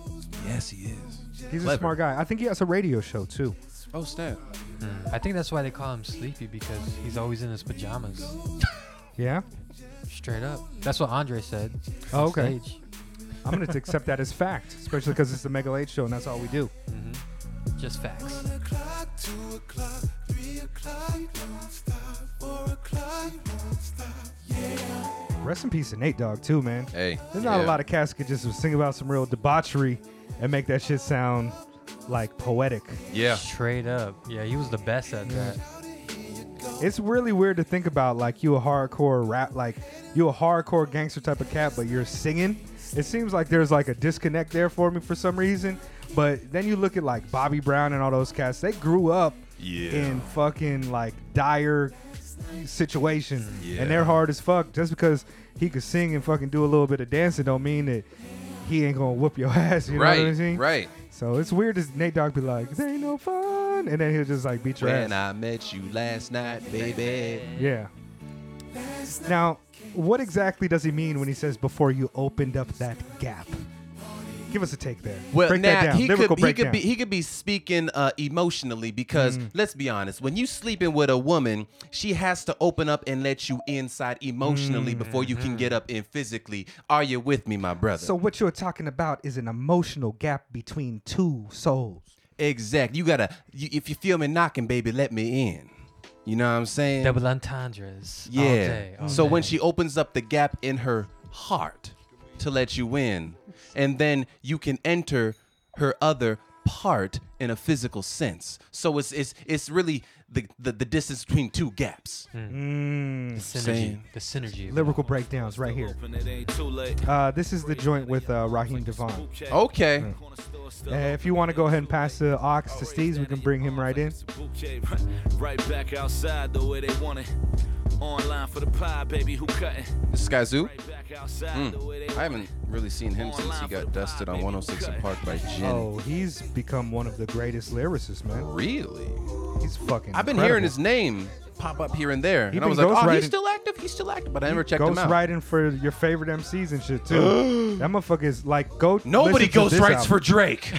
[SPEAKER 5] Yes, he is.
[SPEAKER 3] He's a
[SPEAKER 5] Clever.
[SPEAKER 3] smart guy. I think he has a radio show too.
[SPEAKER 5] Oh snap!
[SPEAKER 4] I think that's why they call him Sleepy because he's always in his pajamas.
[SPEAKER 3] Yeah.
[SPEAKER 4] Straight up. That's what Andre said.
[SPEAKER 3] Oh,
[SPEAKER 4] on
[SPEAKER 3] okay.
[SPEAKER 4] stage.
[SPEAKER 3] I'm gonna accept that as fact, especially because it's the Mega Late Show and that's all we do.
[SPEAKER 4] Just facts.
[SPEAKER 3] Rest in peace to Nate Dogg too, man.
[SPEAKER 5] Hey,
[SPEAKER 3] There's not a
[SPEAKER 5] yeah.
[SPEAKER 3] lot of cats could just sing about some real debauchery and make that shit sound like poetic.
[SPEAKER 5] yeah.
[SPEAKER 4] Straight up. Yeah, he was the best at that.
[SPEAKER 3] It's really weird to think about like you a hardcore rap like you a hardcore gangster type of cat but you're singing. It seems like there's like a disconnect there for me for some reason. But then you look at like Bobby Brown and all those cats, they grew up
[SPEAKER 5] Yeah.
[SPEAKER 3] in fucking like dire situation
[SPEAKER 5] Yeah.
[SPEAKER 3] and they're hard as fuck just because he could sing and fucking do a little bit of dancing don't mean that he ain't gonna whoop your [laughs] ass you know what
[SPEAKER 5] right,
[SPEAKER 3] i mean
[SPEAKER 5] right.
[SPEAKER 3] so it's weird as nate dogg be like there ain't no fun and then he'll just like beat your ass
[SPEAKER 5] When I met you last night, baby.
[SPEAKER 3] yeah. Now, what exactly does he mean when he says before you opened up that gap? Give us a take there.
[SPEAKER 5] Well,
[SPEAKER 3] break
[SPEAKER 5] now
[SPEAKER 3] that down.
[SPEAKER 5] he
[SPEAKER 3] Lyrical
[SPEAKER 5] could he
[SPEAKER 3] breakdown. Mm.
[SPEAKER 5] could be he could be speaking uh, emotionally because let's be honest, when you sleeping with a woman, she has to open up and let you inside emotionally before you can get up in physically. Are you with me, my brother?
[SPEAKER 3] Mm-hmm. so what you're talking about is an emotional gap between two souls.
[SPEAKER 5] exact. You gotta you, if you feel me knocking, baby, let me in. You know what I'm saying?
[SPEAKER 4] Double entendres.
[SPEAKER 5] yeah.
[SPEAKER 4] All day, all
[SPEAKER 5] so when
[SPEAKER 4] day.
[SPEAKER 5] she opens up the gap in her heart to let you in, and then you can enter her other part in a physical sense. So it's it's it's really the the, the distance between two gaps.
[SPEAKER 4] The synergy.
[SPEAKER 5] Same.
[SPEAKER 4] The synergy.
[SPEAKER 3] Mm, Lyrical breakdowns right here. Uh, this is the joint with uh, Raheem Devon.
[SPEAKER 5] Okay.
[SPEAKER 3] Uh, if you want to go ahead and pass the ox to Steez, we can bring him right in.
[SPEAKER 7] Right back outside the way they want it. Online for the pie, baby, who cutting?
[SPEAKER 5] This is Skyzoo.
[SPEAKER 7] Right back outside the way they
[SPEAKER 5] I haven't really seen him since he got dusted on 106 and Park by Jenny.
[SPEAKER 3] Oh, he's become one of the greatest lyricists, man.
[SPEAKER 5] Really?
[SPEAKER 3] He's fucking.
[SPEAKER 5] I've been
[SPEAKER 3] incredible.
[SPEAKER 5] hearing his name pop up here and there.
[SPEAKER 3] He
[SPEAKER 5] and I
[SPEAKER 3] been
[SPEAKER 5] was like, oh, he's
[SPEAKER 3] ghostwriting-
[SPEAKER 5] still active. He's still active. But I never checked him out.
[SPEAKER 3] ghostwriting for your favorite MCs and shit too. that motherfucker is like go.
[SPEAKER 5] Nobody
[SPEAKER 3] listen to this
[SPEAKER 5] ghostwrites for
[SPEAKER 3] album.
[SPEAKER 5] Drake.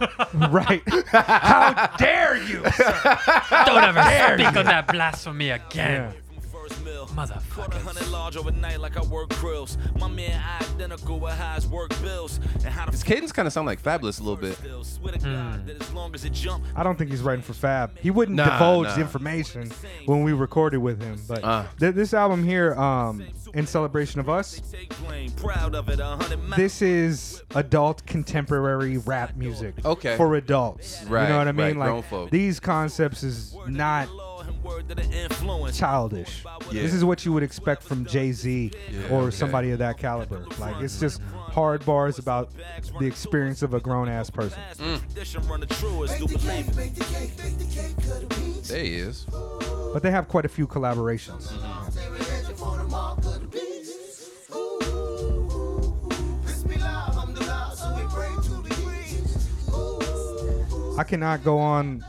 [SPEAKER 3] [laughs] right. How dare you?
[SPEAKER 4] Don't ever speak on that blasphemy
[SPEAKER 3] Yeah.
[SPEAKER 4] again.
[SPEAKER 7] first mill. Caught a
[SPEAKER 4] Motherfuckers.
[SPEAKER 7] hundred large overnight like I work grills. My man identical with how his work bills. And how the
[SPEAKER 5] His cadence kind of sound like Fabulous a little bit.
[SPEAKER 7] still swear to God that as long as it jump,
[SPEAKER 3] I don't think he's writing for Fab. He wouldn't
[SPEAKER 5] Nah,
[SPEAKER 3] divulge
[SPEAKER 5] nah.
[SPEAKER 3] the information when we recorded with him. But
[SPEAKER 5] Uh.
[SPEAKER 3] th- this album here, um, in celebration of us,
[SPEAKER 7] take blame. Proud of it, a hundred miles.
[SPEAKER 3] this is adult contemporary rap music.
[SPEAKER 5] Okay.
[SPEAKER 3] For adults. You
[SPEAKER 5] Right,
[SPEAKER 3] know what I mean?
[SPEAKER 5] right,
[SPEAKER 3] like
[SPEAKER 5] grown folk.
[SPEAKER 3] these concepts is not
[SPEAKER 7] Law and word to the influence.
[SPEAKER 3] childish.
[SPEAKER 5] Yeah.
[SPEAKER 3] This is what you would expect from Jay Z or
[SPEAKER 5] okay.
[SPEAKER 3] somebody of that caliber. Like it's just hard bars about the experience of a grown ass person.
[SPEAKER 7] Tradition run the truest. Do believe it.
[SPEAKER 5] There he is.
[SPEAKER 3] But they have quite a few collaborations. I cannot go on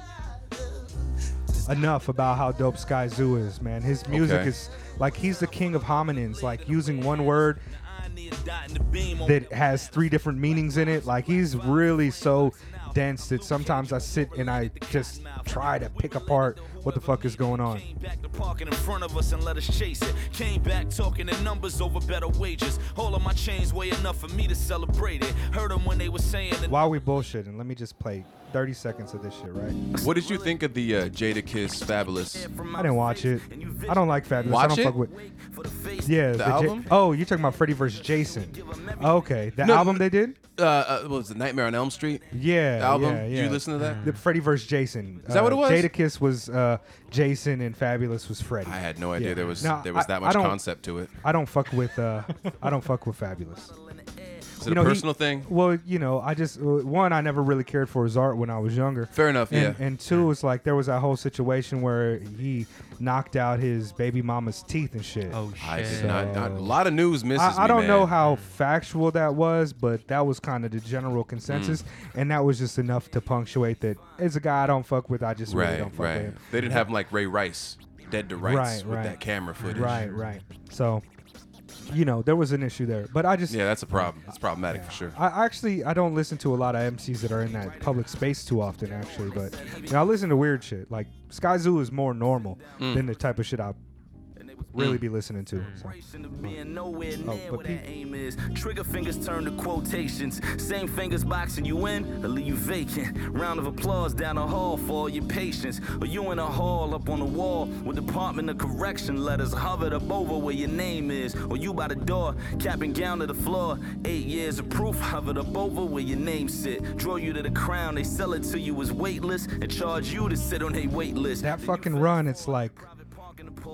[SPEAKER 3] enough about how dope Sky Zoo is, man. His music
[SPEAKER 5] Okay.
[SPEAKER 3] is like he's the king of hominins, like using one word
[SPEAKER 7] I need a dot in the beam on
[SPEAKER 3] that has three different meanings in it. Like he's really so dense that sometimes I sit and I just try to pick apart what the fuck is going on.
[SPEAKER 7] Came back to parking in front of us and let us chase it. Came back talking the numbers over better wages. All of my chains way enough for me to celebrate it. Heard 'em when they were saying that
[SPEAKER 3] While we bullshitting, let me just play 30 seconds of this shit, right?
[SPEAKER 5] What did you think of the uh, Jada Kiss Fabulous?
[SPEAKER 3] I didn't watch it. I don't like Fabulous. I
[SPEAKER 5] Watch
[SPEAKER 3] don't
[SPEAKER 5] it?
[SPEAKER 3] fuck with. Yeah, J-
[SPEAKER 5] album?
[SPEAKER 3] oh, you're talking about Freddy vs. Jason. Okay, the
[SPEAKER 5] No,
[SPEAKER 3] album they did.
[SPEAKER 5] Uh, uh, what was it Nightmare on Elm Street
[SPEAKER 3] Yeah,
[SPEAKER 5] album?
[SPEAKER 3] Yeah, yeah.
[SPEAKER 5] Did you listen to that?
[SPEAKER 3] The Freddy vs. Jason. Is
[SPEAKER 5] that what it was?
[SPEAKER 3] Jadakiss was uh, Jason and Fabulous was Freddy.
[SPEAKER 5] I had no idea
[SPEAKER 3] Yeah.
[SPEAKER 5] there was
[SPEAKER 3] No,
[SPEAKER 5] there was
[SPEAKER 3] I-
[SPEAKER 5] that
[SPEAKER 3] I
[SPEAKER 5] much
[SPEAKER 3] don't-
[SPEAKER 5] concept to it.
[SPEAKER 3] I don't fuck with. Uh, [laughs] I don't fuck with Fabulous.
[SPEAKER 5] Is it a
[SPEAKER 3] he-
[SPEAKER 5] personal thing?
[SPEAKER 3] Well, you know, I just uh, one I never really cared for his art when I was younger.
[SPEAKER 5] Fair enough,
[SPEAKER 3] And,
[SPEAKER 5] yeah.
[SPEAKER 3] and two, it's like there was that whole situation where he knocked out his baby mama's teeth and shit.
[SPEAKER 4] Oh, shit.
[SPEAKER 5] I did not, not- A lot of news misses
[SPEAKER 3] I, I
[SPEAKER 5] me,
[SPEAKER 3] don't
[SPEAKER 5] man. Mm.
[SPEAKER 3] know how factual that was, but that was kind of the general consensus, and that was just enough to punctuate that it's a guy I don't fuck with. I just really
[SPEAKER 5] Right,
[SPEAKER 3] don't fuck with
[SPEAKER 5] right.
[SPEAKER 3] him.
[SPEAKER 5] They didn't have him like Ray Rice, dead to rights
[SPEAKER 3] Right,
[SPEAKER 5] with
[SPEAKER 3] right.
[SPEAKER 5] that camera footage.
[SPEAKER 3] Right, right. So you know, there was an issue there. But I just
[SPEAKER 5] Yeah, that's a problem. It's problematic for sure.
[SPEAKER 3] I actually I don't listen to a lot of MCs that are in that public space too often actually, but you know, I listen to weird shit. Like Sky Zoo is more normal than the type of shit I really be listening to. So.
[SPEAKER 7] Inspiration of being nowhere near
[SPEAKER 3] but
[SPEAKER 7] where
[SPEAKER 3] peep-
[SPEAKER 7] that aim is. Trigger fingers turn to quotations. Same fingers boxing you in, or leave you vacant. Round of applause down the hall for all your patience. Or you in a hall up on the wall with Department of Correction letters hovered up over where your name is. Or you by the door, cap and gown to the floor. Eight years of proof hovered up over where your name sit. Draw you to the crown, they sell it to you as weightless and charge you to sit on a wait list.
[SPEAKER 3] That fucking run, it's like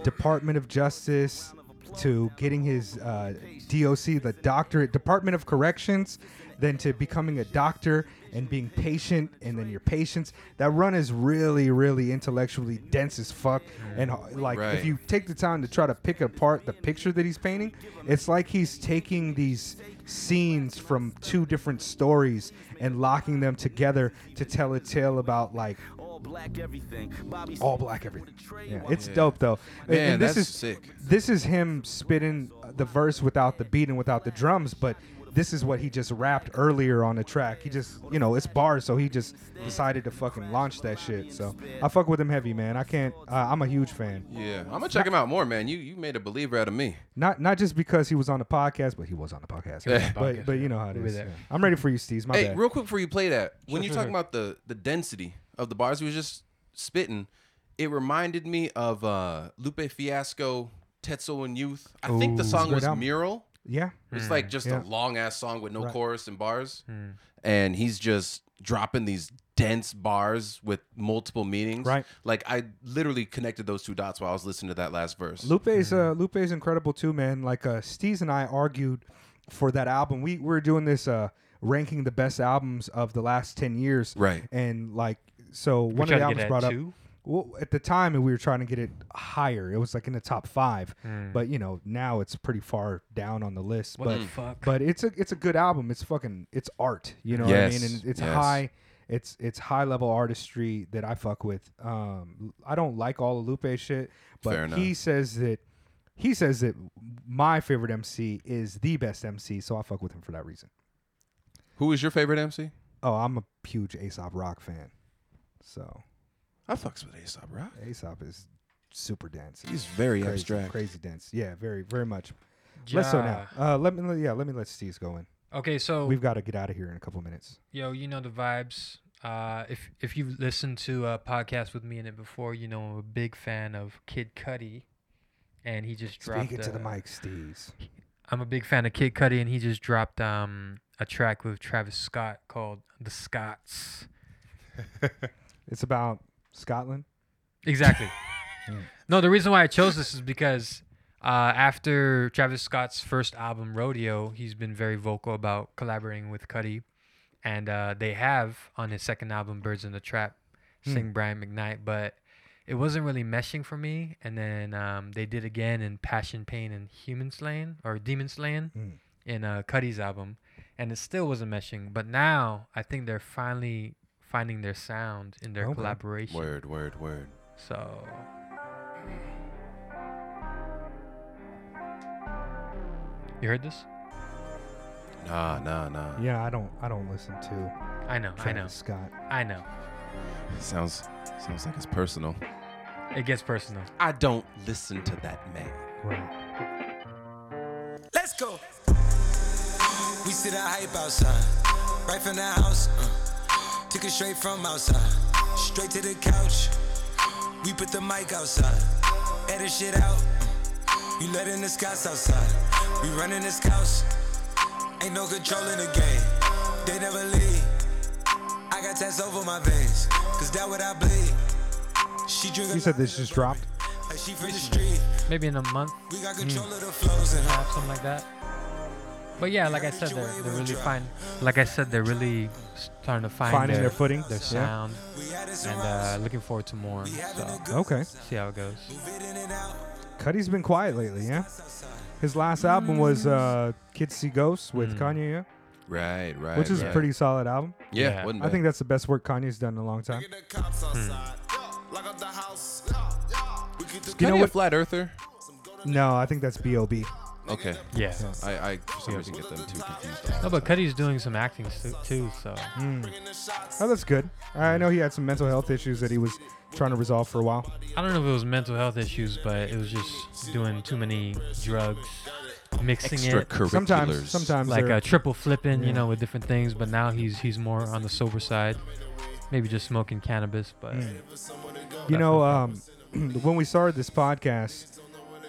[SPEAKER 3] Department of Justice to getting his uh, DOC, the doctorate, Department of Corrections, then to becoming a doctor and being patient, and then your patience. That run is really, really intellectually dense as fuck. And uh, like,
[SPEAKER 5] Right.
[SPEAKER 3] if you take the time to try to pick apart the picture that he's painting, it's like he's taking these scenes from two different stories and locking them together to tell a tale about like
[SPEAKER 7] All black everything. Bobby
[SPEAKER 3] all black everything. Yeah, it's dope though. And-
[SPEAKER 5] Man,
[SPEAKER 3] and this
[SPEAKER 5] that's
[SPEAKER 3] is
[SPEAKER 5] sick.
[SPEAKER 3] This is him spitting uh, the verse without the beat and without the drums, but this is what he just rapped earlier on the track. He just, you know, it's bars, so he just decided to fucking launch that shit. So I fuck with him heavy, man. I can't. Uh, I'm a huge fan.
[SPEAKER 5] Yeah, I'm gonna check him out more, man. You you made a believer out of me.
[SPEAKER 3] Not not just because he was on the podcast, but he was on the podcast.
[SPEAKER 5] [laughs] Yeah.
[SPEAKER 3] But but you know how it
[SPEAKER 4] We'll be
[SPEAKER 3] is.
[SPEAKER 4] there.
[SPEAKER 3] Yeah. I'm ready for you, Steez. My
[SPEAKER 5] Hey,
[SPEAKER 3] bad.
[SPEAKER 5] real quick before you play that, when you're
[SPEAKER 4] sure,
[SPEAKER 5] talking
[SPEAKER 4] sure.
[SPEAKER 5] about the the density of the bars we was just spitting, it reminded me of uh Lupe Fiasco, Tetzel and Youth. I think the
[SPEAKER 3] Ooh.
[SPEAKER 5] song
[SPEAKER 3] Great
[SPEAKER 5] was
[SPEAKER 3] album.
[SPEAKER 5] Mural.
[SPEAKER 3] yeah.
[SPEAKER 5] It's like just
[SPEAKER 3] yeah.
[SPEAKER 5] a long ass song with no
[SPEAKER 3] Right.
[SPEAKER 5] chorus and bars, and he's just dropping these dense bars with multiple meanings.
[SPEAKER 3] Right.
[SPEAKER 5] Like I literally connected those two dots while I was listening to that last verse.
[SPEAKER 3] Lupe's uh, Lupe's incredible too, man. Like uh, Steez and I argued for that album. We, we were doing this uh, ranking the best albums of the last ten years,
[SPEAKER 5] Right.
[SPEAKER 3] And like, so one
[SPEAKER 4] tried
[SPEAKER 3] of the
[SPEAKER 4] to
[SPEAKER 3] albums
[SPEAKER 4] get at
[SPEAKER 3] brought
[SPEAKER 4] two?
[SPEAKER 3] up. Well, at the time, we were trying to get it higher. It was like in the top five, but you know now it's pretty far down on the list. but
[SPEAKER 4] Hmm. the fuck?
[SPEAKER 3] but it's a it's a good album. It's fucking it's art. You know what I mean?
[SPEAKER 5] Yes,
[SPEAKER 3] And it's
[SPEAKER 5] yes.
[SPEAKER 3] high. It's it's high level artistry that I fuck with. Um, I don't like all of Lupe shit, but
[SPEAKER 5] Fair enough.
[SPEAKER 3] he says that he says that my favorite MC is the best MC, so I fuck with him for that reason.
[SPEAKER 5] Who is your favorite MC?
[SPEAKER 3] Oh, I'm a huge Aesop Rock fan, so
[SPEAKER 5] I fucks with Aesop Rock.
[SPEAKER 3] Aesop is super dense.
[SPEAKER 5] He's very
[SPEAKER 3] crazy,
[SPEAKER 5] abstract.
[SPEAKER 3] crazy dense. Yeah, very very much. Let's so now. Uh, let me yeah let me let Steve's go in.
[SPEAKER 4] Okay, so
[SPEAKER 3] We've got to get out of here in a couple minutes.
[SPEAKER 4] yo, you know the vibes. Uh, if if you've listened to a podcast with me in it before, you know I'm a big fan of Kid Cudi, and he just dropped.
[SPEAKER 3] Speak into the
[SPEAKER 4] uh,
[SPEAKER 3] mic, Steve's.
[SPEAKER 4] I'm a big fan of Kid Cudi, and he just dropped um a track with Travis Scott called "The Scots."
[SPEAKER 3] [laughs] It's about Scotland.
[SPEAKER 4] Exactly. no, the reason why I chose this is because uh, after Travis Scott's first album, Rodeo, he's been very vocal about collaborating with Cudi, and uh, they have on his second album, Birds in the Trap, sing Brian McKnight, but it wasn't really meshing for me. And then um, they did again in Passion, Pain, and Human Slaying or Demon Slaying in uh, Cudi's album, and it still wasn't meshing. But now I think they're finally finding their sound in their
[SPEAKER 3] Okay.
[SPEAKER 4] collaboration.
[SPEAKER 5] Word, word, word.
[SPEAKER 4] So. You heard this?
[SPEAKER 5] Nah, nah, nah.
[SPEAKER 3] Yeah, I don't I don't listen to
[SPEAKER 4] I know, I know,
[SPEAKER 3] Travis Scott.
[SPEAKER 4] I know.
[SPEAKER 5] Sounds sounds like it's personal.
[SPEAKER 4] It gets personal.
[SPEAKER 5] I don't listen to that man.
[SPEAKER 3] Right.
[SPEAKER 10] Let's go. We see the hype outside, right from the house. Uh, took it straight from outside, straight to the couch. We put the mic outside, edit shit out. uh, You letting the scouts outside, we running the scouts. Ain't no control in the game, they never leave. I got tats over my veins, cause that what I bleed. She drink
[SPEAKER 3] You said this just dropped.
[SPEAKER 10] like she from the street.
[SPEAKER 4] Maybe in a month,
[SPEAKER 10] We got control of the flows and
[SPEAKER 4] perhaps something like that. But yeah, like I said, they're, they're really fine. Like I said, they're really starting to find
[SPEAKER 3] Finding their footing. Yeah.
[SPEAKER 4] their sound,
[SPEAKER 10] we had it
[SPEAKER 4] and
[SPEAKER 10] surrounded.
[SPEAKER 4] uh, looking forward to more. So
[SPEAKER 3] Okay.
[SPEAKER 4] see how it goes.
[SPEAKER 3] Cuddy's been quiet lately, yeah. His last album was uh, Kids See Ghosts with
[SPEAKER 4] Hmm.
[SPEAKER 3] Kanye, yeah,
[SPEAKER 5] Right, right.
[SPEAKER 3] which is a
[SPEAKER 5] right.
[SPEAKER 3] pretty solid album.
[SPEAKER 5] Yeah,
[SPEAKER 4] Uh, Yeah.
[SPEAKER 5] wasn't
[SPEAKER 3] I
[SPEAKER 5] bad.
[SPEAKER 3] think that's the best work Kanye's done in a long time.
[SPEAKER 9] Lock up the house.
[SPEAKER 5] you
[SPEAKER 3] know
[SPEAKER 5] know
[SPEAKER 3] what-
[SPEAKER 5] what flat earther.
[SPEAKER 3] No, I think that's B.O.B.
[SPEAKER 5] Okay.
[SPEAKER 4] Yeah.
[SPEAKER 5] I, I for some reason get them too confused.
[SPEAKER 4] No, Oh, but Cuddy's doing some acting stu- too, so
[SPEAKER 3] Oh, that's good. I know he had some mental health issues that he was trying to resolve for a while.
[SPEAKER 4] I don't know if it was mental health issues, but it was just doing too many drugs, mixing it.
[SPEAKER 5] Extracurriculars.
[SPEAKER 3] Sometimes, sometimes
[SPEAKER 4] like
[SPEAKER 3] they're-
[SPEAKER 4] uh, triple flipping,
[SPEAKER 3] Yeah.
[SPEAKER 4] you know, with different things. But now he's he's more on the sober side, maybe just smoking cannabis. But
[SPEAKER 3] Mm. You know, um, [clears throat] when we started this podcast,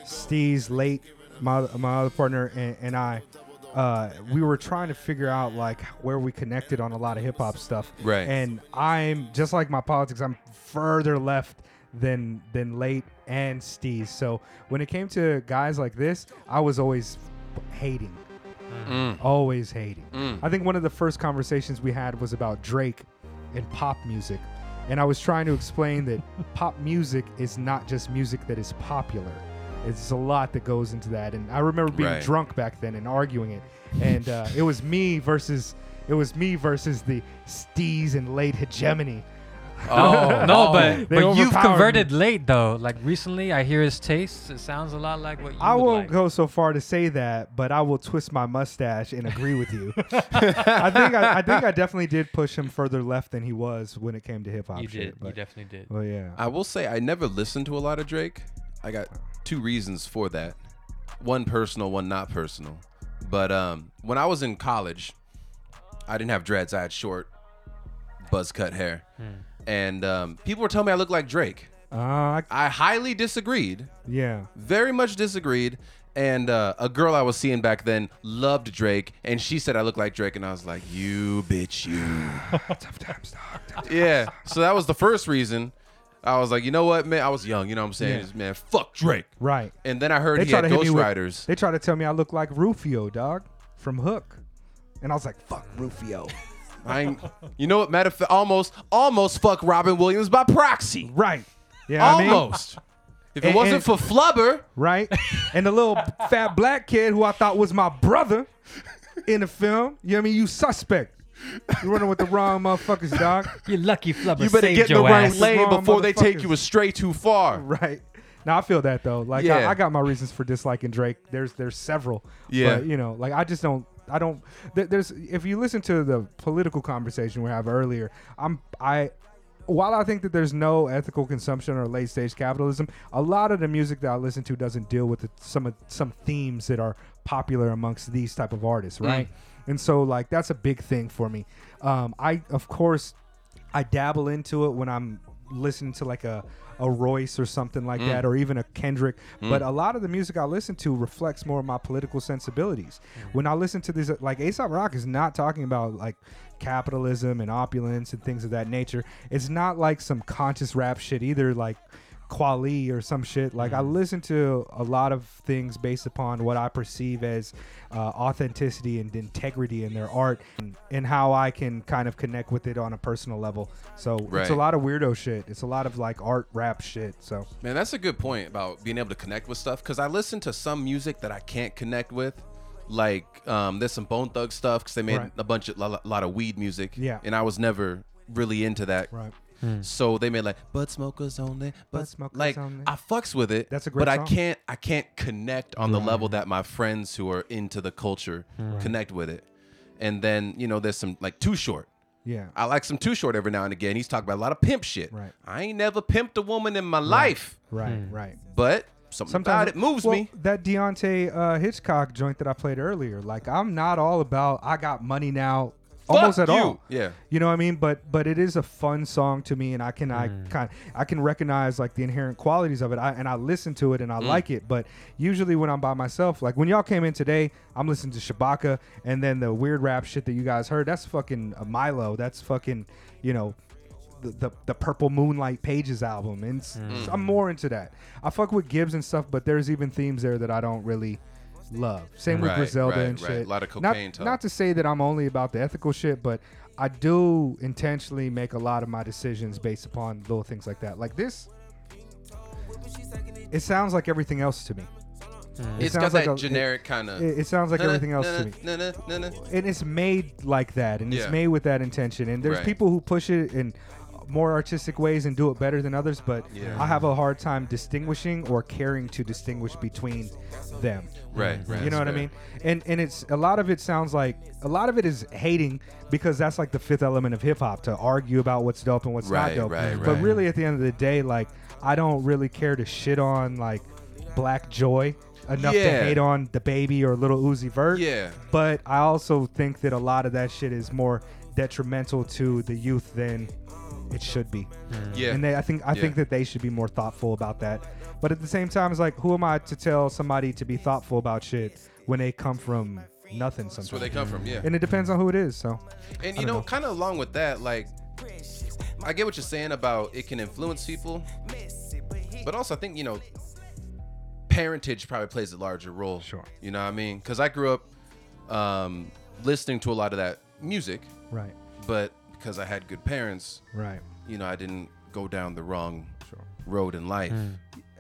[SPEAKER 3] Steve's late, my my other partner and, and I, uh, we were trying to figure out like where we connected on a lot of hip hop stuff.
[SPEAKER 5] Right.
[SPEAKER 3] And I'm just like my politics. I'm further left than than late and Steve's. So when it came to guys like this, I was always hating. Always hating. I think one of the first conversations we had was about Drake and pop music. And I was trying to explain that pop music is not just music that is popular. It's a lot that goes into that. And I remember being
[SPEAKER 5] Right.
[SPEAKER 3] drunk back then and arguing it. And uh, it was me versus it was me versus the steez and late hegemony.
[SPEAKER 4] [laughs]
[SPEAKER 5] Oh
[SPEAKER 4] no, but
[SPEAKER 3] They
[SPEAKER 4] but you've
[SPEAKER 3] overpowered
[SPEAKER 4] converted late though. Like recently, I hear his tastes. It sounds a lot like what you.
[SPEAKER 3] I
[SPEAKER 4] would
[SPEAKER 3] won't
[SPEAKER 4] like.
[SPEAKER 3] go so far to say that, but I will twist my mustache and agree with
[SPEAKER 4] [laughs]
[SPEAKER 3] you. I think I, I think I definitely did push him further left than he was when it came to hip hop.
[SPEAKER 4] You
[SPEAKER 3] shit,
[SPEAKER 4] did. You
[SPEAKER 3] but-
[SPEAKER 4] definitely did.
[SPEAKER 3] Well, yeah.
[SPEAKER 5] I will say I never listened to a lot of Drake. I got two reasons for that. One personal, one not personal. But um, when I was in college, I didn't have dreads. I had short, buzz cut hair,
[SPEAKER 3] Hmm.
[SPEAKER 5] and um, people were telling me I looked like Drake.
[SPEAKER 3] Uh, I-
[SPEAKER 5] I highly disagreed.
[SPEAKER 3] yeah.
[SPEAKER 5] very much disagreed. And uh, a girl I was seeing back then loved Drake, and she said I look like Drake, and I was like, "You bitch, you." yeah. So that was the first reason. I was like, you know what, man? I was young, you know what I'm saying? Just, Man, fuck Drake.
[SPEAKER 3] Right.
[SPEAKER 5] And then I heard
[SPEAKER 3] They
[SPEAKER 5] he
[SPEAKER 3] try
[SPEAKER 5] had
[SPEAKER 3] to hit me
[SPEAKER 5] Ghost
[SPEAKER 3] with-
[SPEAKER 5] Riders.
[SPEAKER 3] They try to tell me I look like Rufio, dog, from Hook. And I was like, fuck
[SPEAKER 4] [laughs]
[SPEAKER 3] Rufio.
[SPEAKER 5] I, ain't- you know what? Matter of fact, almost, almost fuck Robin Williams by proxy.
[SPEAKER 3] right. Yeah. I mean,
[SPEAKER 5] Almost. if it
[SPEAKER 3] And-
[SPEAKER 5] wasn't
[SPEAKER 3] and-
[SPEAKER 5] for Flubber,
[SPEAKER 3] right. And the little fat black kid who I thought was my brother in the film. You know what I mean? You suspect. You're running with the wrong motherfuckers, dog.
[SPEAKER 4] You lucky flubber.
[SPEAKER 5] you better
[SPEAKER 4] saved
[SPEAKER 5] get in
[SPEAKER 4] your
[SPEAKER 5] the right
[SPEAKER 4] ass.
[SPEAKER 5] lane
[SPEAKER 3] Wrong
[SPEAKER 5] before they take
[SPEAKER 3] motherfuckers.
[SPEAKER 5] you astray too
[SPEAKER 3] [laughs]
[SPEAKER 5] far.
[SPEAKER 3] Right. Now I feel that though. Like
[SPEAKER 5] Yeah.
[SPEAKER 3] I, I got my reasons for disliking Drake. There's there's several.
[SPEAKER 5] Yeah.
[SPEAKER 3] But, you know, like I just don't. I don't. There, there's if you listen to the political conversation we have earlier, I'm I. While I think that there's no ethical consumption or late stage capitalism, a lot of the music that I listen to doesn't deal with the, some of some themes that are popular amongst these type of artists,
[SPEAKER 5] Mm.
[SPEAKER 3] right? And so like that's a big thing for me. Um, I of course I dabble into it when I'm listening to like a a Royce or something like that, or even a Kendrick. But a lot of the music I listen to reflects more of my political sensibilities. When I listen to these, like Aesop Rock is not talking about like capitalism and opulence and things of that nature. It's not like some conscious rap shit either, like Quali or some shit. Like
[SPEAKER 5] Mm.
[SPEAKER 3] I listen to a lot of things based upon what I perceive as uh, authenticity and integrity in their art, and, and how I can kind of connect with it on a personal level. So it's a
[SPEAKER 5] Right.
[SPEAKER 3] lot of weirdo shit. It's a lot of like art rap shit. So
[SPEAKER 5] Man, that's a good point about being able to connect with stuff because I listen to some music that I can't connect with. Like, um, there's some Bone Thug stuff because they made
[SPEAKER 3] Right.
[SPEAKER 5] a bunch of a lot of weed music.
[SPEAKER 3] Yeah.
[SPEAKER 5] And I was never really into that.
[SPEAKER 3] right,
[SPEAKER 5] So they made like Bud Smokers Only. Bud
[SPEAKER 3] Smokers
[SPEAKER 5] like,
[SPEAKER 3] Only.
[SPEAKER 5] I fucks with it.
[SPEAKER 3] That's a great
[SPEAKER 5] But I
[SPEAKER 3] song.
[SPEAKER 5] can't I can't connect on the level that my friends who are into the culture connect with it. And then, you know, there's some like Too Short.
[SPEAKER 3] yeah,
[SPEAKER 5] I like some Too Short every now and again. He's talking about a lot of pimp shit.
[SPEAKER 3] Right.
[SPEAKER 5] I ain't never pimped a woman in my life
[SPEAKER 3] right, right.
[SPEAKER 5] but something about it moves
[SPEAKER 3] well,
[SPEAKER 5] me.
[SPEAKER 3] That Deontay uh, Hitchcock joint that I played earlier. Like I'm not all about I got money now. Almost
[SPEAKER 5] Fuck
[SPEAKER 3] at
[SPEAKER 5] you.
[SPEAKER 3] all.
[SPEAKER 5] Yeah.
[SPEAKER 3] You know what I mean? But but it is a fun song to me and I can I kind I can recognize like the inherent qualities of it. I, and I listen to it and
[SPEAKER 5] Hmm.
[SPEAKER 3] I like it. But usually when I'm by myself, like when y'all came in today, I'm listening to Shabaka and then the weird rap shit that you guys heard, that's fucking uh, Milo. That's fucking, you know, the, the, the Purple Moonlight Pages album, and s-
[SPEAKER 5] Mm.
[SPEAKER 3] I'm more into that. I fuck with Gibbs and stuff, but there's even themes there that I don't really love. Same with
[SPEAKER 5] Right,
[SPEAKER 3] Griselda
[SPEAKER 5] right,
[SPEAKER 3] and
[SPEAKER 5] right.
[SPEAKER 3] shit.
[SPEAKER 5] A lot of
[SPEAKER 3] Not-
[SPEAKER 5] cocaine
[SPEAKER 3] Not,
[SPEAKER 5] talk.
[SPEAKER 3] to say that I'm only about the ethical shit, but I do intentionally make a lot of my decisions based upon little things like that. Like this, it sounds like everything else to me.
[SPEAKER 5] It's
[SPEAKER 3] sounds
[SPEAKER 5] got
[SPEAKER 3] like
[SPEAKER 5] that
[SPEAKER 3] a- it-
[SPEAKER 5] generic kind of.
[SPEAKER 3] It, it sounds
[SPEAKER 5] [laughs]
[SPEAKER 3] like everything else to me and it's made like that and it's
[SPEAKER 5] Yeah.
[SPEAKER 3] made with that intention and there's
[SPEAKER 5] Right.
[SPEAKER 3] people who push it and more artistic ways and do it better than others, but I have a hard time distinguishing or caring to distinguish between them.
[SPEAKER 5] Right, right,
[SPEAKER 3] You know what I
[SPEAKER 5] fair.
[SPEAKER 3] mean? And and it's a lot of it sounds like a lot of it is hating because that's like the fifth element of hip hop to argue about what's dope and what's
[SPEAKER 5] Right,
[SPEAKER 3] not dope.
[SPEAKER 5] right,
[SPEAKER 3] But
[SPEAKER 5] right.
[SPEAKER 3] really, at the end of the day, like I don't really care to shit on like Black Joy enough
[SPEAKER 5] Yeah.
[SPEAKER 3] to hate on the baby or Little Uzi Vert.
[SPEAKER 5] Yeah.
[SPEAKER 3] But I also think that a lot of that shit is more detrimental to the youth than it should be.
[SPEAKER 5] Yeah.
[SPEAKER 3] And they, I think, I
[SPEAKER 5] Yeah.
[SPEAKER 3] think that they should be more thoughtful about that. But at the same time, it's like, who am I to tell somebody to be thoughtful about shit when they come from nothing? Sometimes.
[SPEAKER 5] That's where they come from. Yeah.
[SPEAKER 3] and it depends on who it is. So,
[SPEAKER 5] And you know, kind of along with that, like, I get what you're saying about it can influence people, but also I think you know, parentage probably plays a larger role.
[SPEAKER 3] Sure.
[SPEAKER 5] You know what I mean? Because I grew up um, listening to a lot of that music,
[SPEAKER 3] right,
[SPEAKER 5] but because I had good parents,
[SPEAKER 3] right.
[SPEAKER 5] you know, I didn't go down the wrong road in life.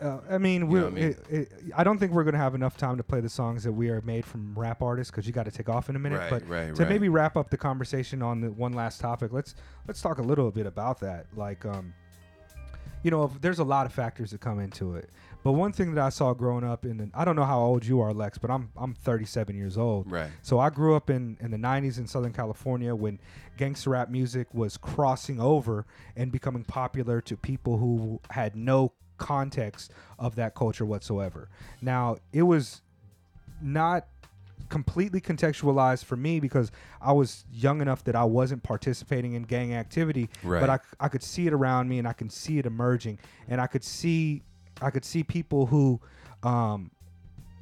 [SPEAKER 3] Uh, I mean, we.
[SPEAKER 5] know what I mean?
[SPEAKER 3] It, it, I don't think we're gonna have enough time to play the songs that we are made from rap artists because you got to take off in a minute.
[SPEAKER 5] Right,
[SPEAKER 3] but
[SPEAKER 5] right,
[SPEAKER 3] to
[SPEAKER 5] right.
[SPEAKER 3] maybe wrap up the conversation on the one last topic, let's let's talk a little bit about that. Like, um, you know, if- there's a lot of factors that come into it. But one thing that I saw growing up in the, I don't know how old you are, Lex, but I'm I'm 37 years old.
[SPEAKER 5] Right.
[SPEAKER 3] So I grew up in in the 90s in Southern California when gangster rap music was crossing over and becoming popular to people who had no context of that culture whatsoever. Now, it was not completely contextualized for me because I was young enough that I wasn't participating in gang activity,
[SPEAKER 5] Right.
[SPEAKER 3] but I, I could see it around me and I can see it emerging and I could see I could see people who um,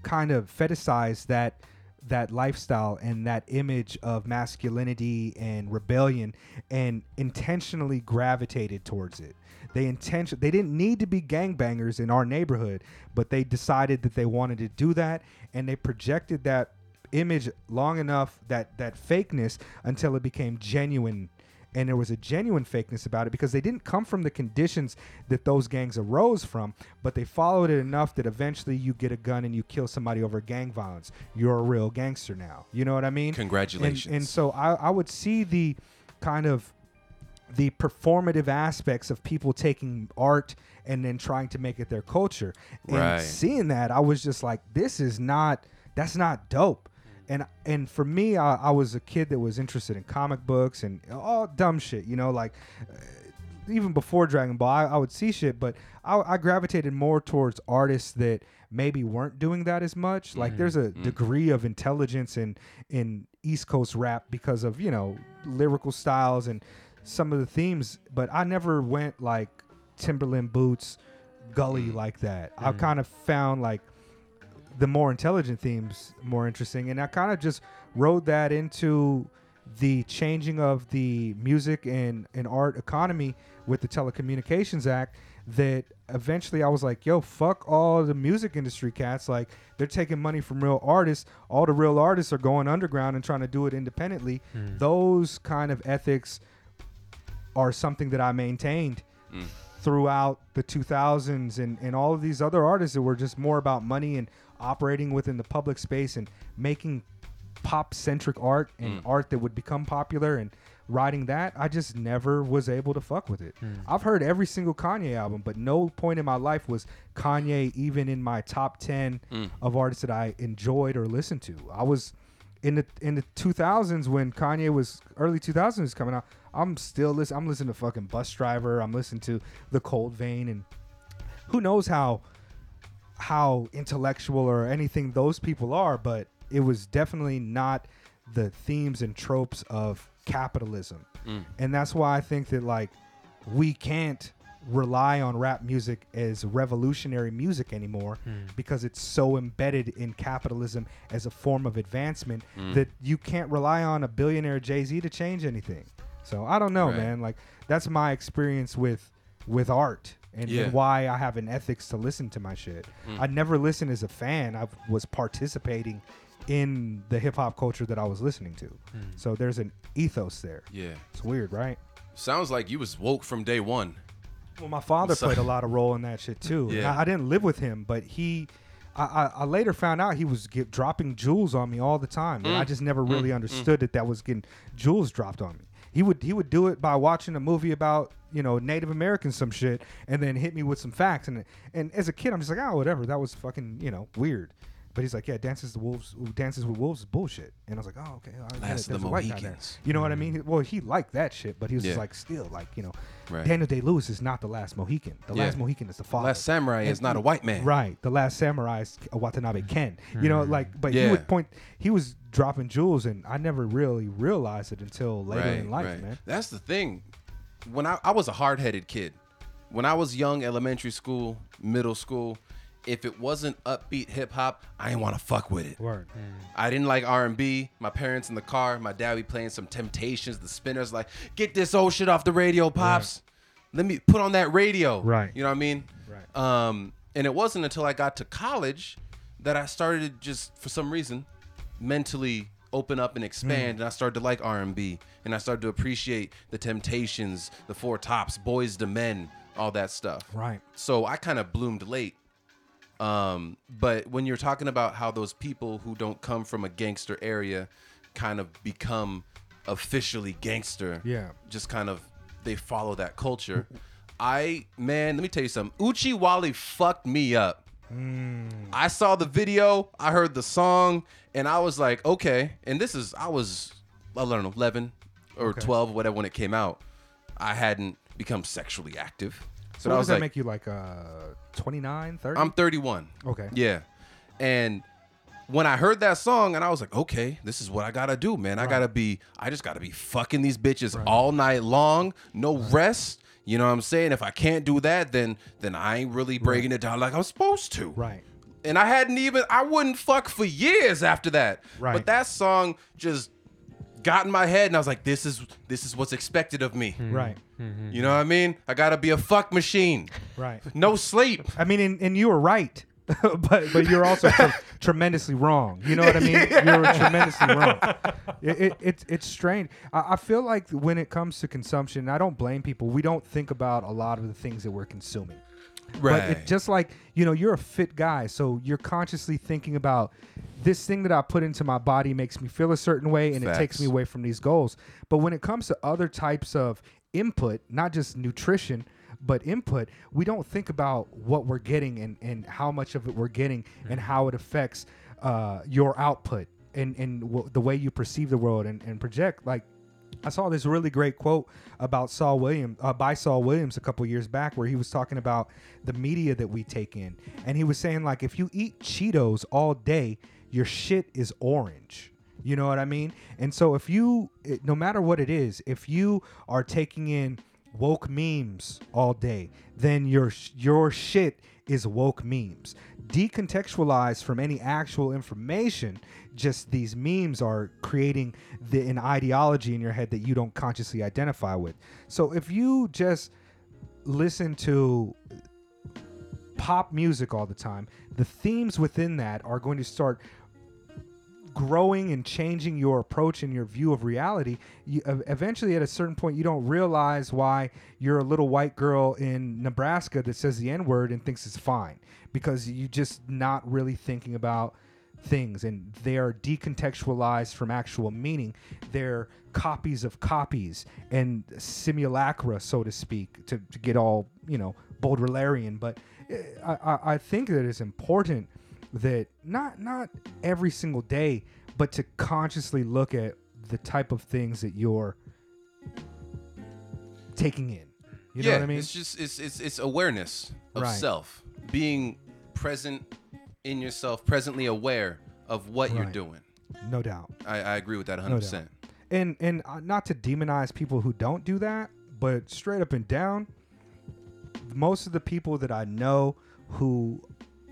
[SPEAKER 3] kind of fetishize that that lifestyle and that image of masculinity and rebellion and intentionally gravitated towards it. They intention they didn't need to be gangbangers in our neighborhood, but they decided that they wanted to do that and they projected that image long enough that that fakeness until it became genuine and there was a genuine fakeness about it because they didn't come from the conditions that those gangs arose from, but they followed it enough that eventually you get a gun and you kill somebody over gang violence. You're a real gangster now. You know what I mean? And- And,
[SPEAKER 5] Congratulations.
[SPEAKER 3] so I, I would see the kind of the performative aspects of people taking art and then trying to make it their culture. And
[SPEAKER 5] Right.
[SPEAKER 3] seeing that, I was just like, this is not, that's not dope. And and for me, I, I was a kid that was interested in comic books and all dumb shit, you know, like even before Dragon Ball, I, I would see shit, but I, I gravitated more towards artists that maybe weren't doing that as much. Like there's a degree of intelligence in in East Coast rap because of you know lyrical styles and some of the themes, but I never went like Timberland boots, gully like that. I kind of found like the more intelligent themes more interesting and i kind of just rode that into the changing of the music and, and art economy with the telecommunications act that eventually i was like yo fuck all the music industry cats like they're taking money from real artists all the real artists are going underground and trying to do it independently those kind of ethics are something that i maintained throughout the 2000s and, and all of these other artists that were just more about money and operating within the public space and making pop centric art and art that would become popular and writing that I just never was able to fuck with it. I've heard every single Kanye album, but no point in my life was Kanye even in my top 10 of artists that I enjoyed or listened to. I was in the in the 2000s when Kanye was early 2000s was coming out, I'm still listening. I'm listening to fucking Bus Driver. I'm listening to The Cold Vein, and who knows how how intellectual or anything those people are, but it was definitely not the themes and tropes of capitalism, and that's why I think that like we can't rely on rap music as revolutionary music anymore because it's so embedded in capitalism as a form of advancement that you can't rely on a billionaire Jay-Z to change anything. So I don't know,
[SPEAKER 5] Right.
[SPEAKER 3] man. Like that's my experience with with art and,
[SPEAKER 5] Yeah. Mm.
[SPEAKER 3] and why I have an ethics to listen to my shit. I never listened as a fan. I was participating in the hip hop culture that I was listening to. So there's an ethos there.
[SPEAKER 5] Mm. Yeah.
[SPEAKER 3] It's weird, right?
[SPEAKER 5] Sounds like you was woke from day one.
[SPEAKER 3] Well, my father
[SPEAKER 5] So-
[SPEAKER 3] played a lot of role in that shit too.
[SPEAKER 5] Yeah.
[SPEAKER 3] I, I didn't live with him, but he, I, I, I later found out he was get, dropping jewels on me all the time. and
[SPEAKER 5] Mm.
[SPEAKER 3] I just never really understood that that was getting jewels dropped on me. He would he would do it by watching a movie about you know Native Americans some shit, and then hit me with some facts. And and as a kid, I'm just like, oh, whatever. That was fucking you know weird. But he's like, yeah, dances the wolves, dances with wolves is bullshit. And I was like, oh, okay. I get it.
[SPEAKER 5] Last of
[SPEAKER 3] There's
[SPEAKER 5] the
[SPEAKER 3] a white guy there.
[SPEAKER 5] Mohicans. Mm.
[SPEAKER 3] You know what I mean? Well, he liked that shit, but he was just
[SPEAKER 5] Yeah.
[SPEAKER 3] like, still, like, you know,
[SPEAKER 5] Right.
[SPEAKER 3] Daniel Day Lewis is not the last Mohican. The last
[SPEAKER 5] Yeah.
[SPEAKER 3] Mohican is the father.
[SPEAKER 5] Last Samurai is not a white man. Mm-hmm.
[SPEAKER 3] Right. The last samurai is a Watanabe Ken. You know, like, but he
[SPEAKER 5] Yeah.
[SPEAKER 3] would point, he was dropping jewels, and I never really realized it until later in life, man.
[SPEAKER 5] That's the thing. When I, I was a hard headed kid, when I was young, elementary school, middle school, if it wasn't upbeat hip hop, I didn't want to fuck with it.
[SPEAKER 3] Word.
[SPEAKER 5] I didn't like R and B. My parents in the car, my dad be playing some Temptations, the Spinners. Like, get this old shit off the radio, pops. Let me put on that radio.
[SPEAKER 3] Right.
[SPEAKER 5] You know what I mean?
[SPEAKER 3] Right.
[SPEAKER 5] Um, and it wasn't until I got to college that I started to just for some reason mentally open up and
[SPEAKER 3] Mm.
[SPEAKER 5] expand, and I started to like R and B, and I started to appreciate the Temptations, the Four Tops, Boys to Men, all that stuff.
[SPEAKER 3] Right.
[SPEAKER 5] So I kind of bloomed late. Um, but when you're talking about how those people who don't come from a gangster area kind of become officially gangster,
[SPEAKER 3] Yeah.
[SPEAKER 5] just kind of they follow that culture. I man, let me tell you something. Uchi Wally fucked me up.
[SPEAKER 3] Hmm.
[SPEAKER 5] I saw the video, I heard the song, and I was like, okay. And this is I was I don't know, eleven or twelve, whatever when it came out. I hadn't become sexually active.
[SPEAKER 3] So,
[SPEAKER 5] I
[SPEAKER 3] what
[SPEAKER 5] was
[SPEAKER 3] does that make
[SPEAKER 5] like,
[SPEAKER 3] Oh, you like uh, 29, 30?
[SPEAKER 5] I'm 31.
[SPEAKER 3] Okay.
[SPEAKER 5] Yeah. And when I heard that song, and I was like, okay, this is what I gotta do, man. I gotta be, I just gotta be fucking these bitches all night long, no rest. You know what I'm saying? If I can't do that, then then I ain't really breaking it down like I'm supposed to.
[SPEAKER 3] Right.
[SPEAKER 5] And I hadn't even, I wouldn't fuck for years after that.
[SPEAKER 3] Right.
[SPEAKER 5] But that song just got in my head, and I was like, this is this is what's expected of me.
[SPEAKER 3] Right.
[SPEAKER 5] You know what I mean? I gotta be a fuck machine,
[SPEAKER 3] Right.
[SPEAKER 5] no sleep.
[SPEAKER 3] I mean, and, and you were right. [laughs] but but you're also tre- tremendously wrong. You know what I mean? You're tremendously wrong. It, it, it's it's strange. I, I feel like when it comes to consumption, and I don't blame people. We don't think about a lot of the things that we're consuming. But it, just like you know, you're a fit guy, so you're consciously thinking about this thing that I put into my body makes me feel a certain way, and it takes
[SPEAKER 5] Facts.
[SPEAKER 3] me away from these goals. But when it comes to other types of input, not just nutrition, but input, we don't think about what we're getting and, and how much of it we're getting and how it affects uh, your output and, and w- the way you perceive the world and, and project. Like, I saw this really great quote about Saul Williams uh, by Saul Williams a couple years back, where he was talking about the media that we take in, and he was saying like, if you eat Cheetos all day, your shit is orange. You know what I mean? And so if you, it- no matter what it is, if you are taking in woke memes all day, then your sh- your shit is woke memes. Decontextualized from any actual information, just these memes are creating the, an ideology in your head that you don't consciously identify with. So if you just listen to pop music all the time, the themes within that are going to start growing and changing your approach and your view of reality, you, ev- eventually at a certain point, you don't realize why you're a little white girl in Nebraska that says the N word and thinks it's fine because you just not really thinking about things and they are decontextualized from actual meaning. They're copies of copies and simulacra, so to speak, to, to get all, you know, Baudrillarian. But eh, I, I, I think that it's important that not not every single day, but to consciously look at the type of things that you're taking in. You know what I mean?
[SPEAKER 5] It's just it's it's it's awareness of
[SPEAKER 3] Right.
[SPEAKER 5] self, being present in yourself, presently aware of what you're
[SPEAKER 3] Right.
[SPEAKER 5] doing.
[SPEAKER 3] no doubt.
[SPEAKER 5] I, I agree with that 100. percent
[SPEAKER 3] And and uh, not to demonize people who don't do that, but straight up and down, most of the people that I know who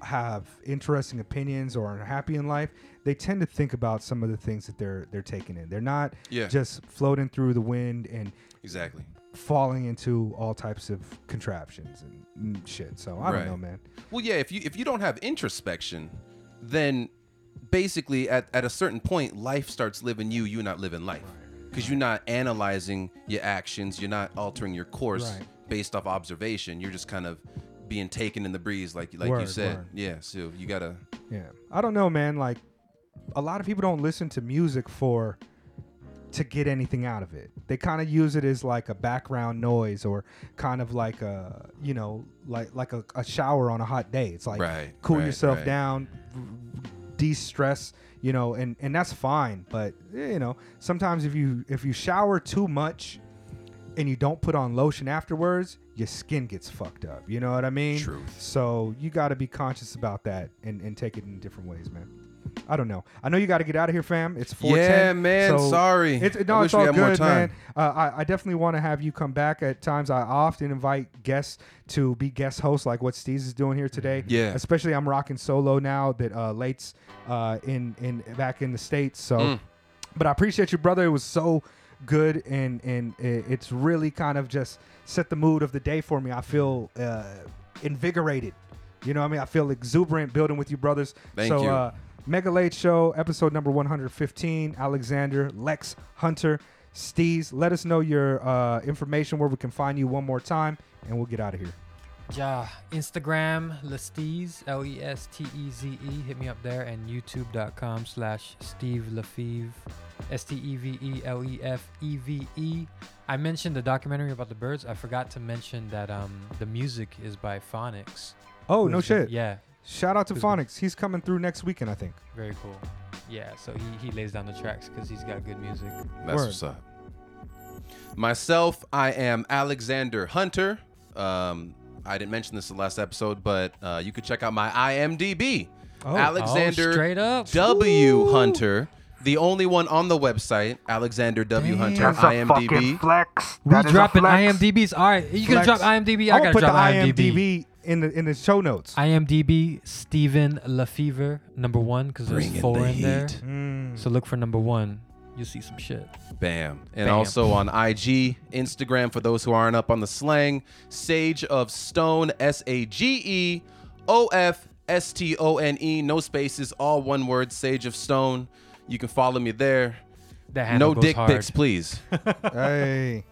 [SPEAKER 3] have interesting opinions or are happy in life, they tend to think about some of the things that they're they're taking in. They're not
[SPEAKER 5] Yeah.
[SPEAKER 3] just floating through the wind and
[SPEAKER 5] Exactly.
[SPEAKER 3] falling into all types of contraptions and mm, shit. So I
[SPEAKER 5] Right.
[SPEAKER 3] don't know, man.
[SPEAKER 5] Well, yeah. If you if you don't have introspection, then basically at, at a certain point, life starts living you. You're not living life because you're not analyzing your actions. You're not altering your course
[SPEAKER 3] Right.
[SPEAKER 5] based off observation. You're just kind of being taken in the breeze, like like you
[SPEAKER 3] Word,
[SPEAKER 5] said.
[SPEAKER 3] word.
[SPEAKER 5] Yeah. So you gotta.
[SPEAKER 3] Yeah, I don't know, man. Like a lot of people don't listen to music for to get anything out of it. They kind of use it as like a background noise or kind of like a you know like like a, a shower on a hot day. It's like
[SPEAKER 5] Right,
[SPEAKER 3] cool
[SPEAKER 5] right,
[SPEAKER 3] yourself
[SPEAKER 5] right.
[SPEAKER 3] down, de-stress, you know, and and that's fine. But eh, you know, sometimes if you if you shower too much and you don't put on lotion afterwards, your skin gets fucked up. You know what I mean?
[SPEAKER 5] Truth.
[SPEAKER 3] So you got to be conscious about that and and take it in different ways, man. I don't know. I know you got to get out of here, fam. It's four ten.
[SPEAKER 5] Yeah, man, sorry.
[SPEAKER 3] It's,
[SPEAKER 5] I
[SPEAKER 3] no,
[SPEAKER 5] wish
[SPEAKER 3] it's
[SPEAKER 5] we
[SPEAKER 3] all
[SPEAKER 5] had more
[SPEAKER 3] good,
[SPEAKER 5] time.
[SPEAKER 3] man. Uh, I, I definitely want to have you come back at times. I often invite guests to be guest hosts, like what Steez is doing here today.
[SPEAKER 5] Yeah.
[SPEAKER 3] Especially I'm rocking solo now that uh, Late's uh, in in back in the states. So, but I appreciate you, brother. It was so good and and i- it's really kind of just set the mood of the day for me. I feel uh, invigorated. You know what I mean? I feel exuberant building with you, brothers.
[SPEAKER 5] Thank
[SPEAKER 3] so,
[SPEAKER 5] you.
[SPEAKER 3] Uh, Mega Late Show, episode number 115. Alexander, Lex, Hunter, Steez. Let us know your uh, information where we can find you one more time, and we'll get out of here.
[SPEAKER 4] Yeah, Instagram, Lesteze, L E S T E Z E. Hit me up there and youtube.com slash Steve Lefevre, S T E V E L E F E V E. I mentioned the documentary about the birds. I forgot to mention that um the music is by Phonics.
[SPEAKER 3] Oh,
[SPEAKER 4] who's
[SPEAKER 3] no
[SPEAKER 4] been-
[SPEAKER 3] shit.
[SPEAKER 4] Yeah,
[SPEAKER 3] Shout out to
[SPEAKER 4] Who's been-
[SPEAKER 3] Phonics. He's coming through next weekend, I think.
[SPEAKER 4] very cool. Yeah, so he, he lays down the tracks because he's got good music.
[SPEAKER 5] That's
[SPEAKER 3] Word.
[SPEAKER 5] what's up. Myself, I am Alexander Hunter. Um, I didn't mention this in the last episode, but uh, you could check out my IMDb.
[SPEAKER 3] Oh.
[SPEAKER 5] Alexander
[SPEAKER 4] Oh, straight up.
[SPEAKER 5] W Hunter, the only one on the website. Alexander W Hunter IMDb.
[SPEAKER 1] flex.
[SPEAKER 4] We dropping IMDb's. All right, you gonna drop IMDb? I
[SPEAKER 3] will
[SPEAKER 4] gotta
[SPEAKER 3] put
[SPEAKER 4] drop
[SPEAKER 3] the
[SPEAKER 4] IMDb.
[SPEAKER 3] IMDb in the in the show notes.
[SPEAKER 4] IMDb Steven Lefevre number one because there's
[SPEAKER 5] Bringing
[SPEAKER 4] four
[SPEAKER 5] the
[SPEAKER 4] in there.
[SPEAKER 5] heat.
[SPEAKER 3] Hmm.
[SPEAKER 4] So look for number one. You'll see some shit.
[SPEAKER 5] Bam. And
[SPEAKER 4] Bam.
[SPEAKER 5] also on IG, Instagram, for those who aren't up on the slang, Sage of Stone, S A G E O F S T O N E, no spaces, all one word, Sage of Stone. You can follow me there.
[SPEAKER 4] That handle
[SPEAKER 5] no
[SPEAKER 4] goes
[SPEAKER 5] dick
[SPEAKER 4] hard. [laughs]
[SPEAKER 5] pics, please.
[SPEAKER 3] hey.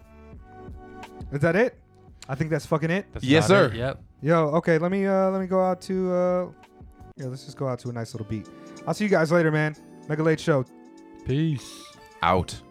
[SPEAKER 3] Is that it? I think that's fucking it.
[SPEAKER 4] That's
[SPEAKER 5] Yes,
[SPEAKER 4] about
[SPEAKER 5] sir.
[SPEAKER 4] it. Yep.
[SPEAKER 3] Yo, okay, let me uh let me go out to uh yeah, let's just go out to a nice little beat. I'll see you guys later, man. Mega Late Show.
[SPEAKER 4] Peace.
[SPEAKER 5] Out.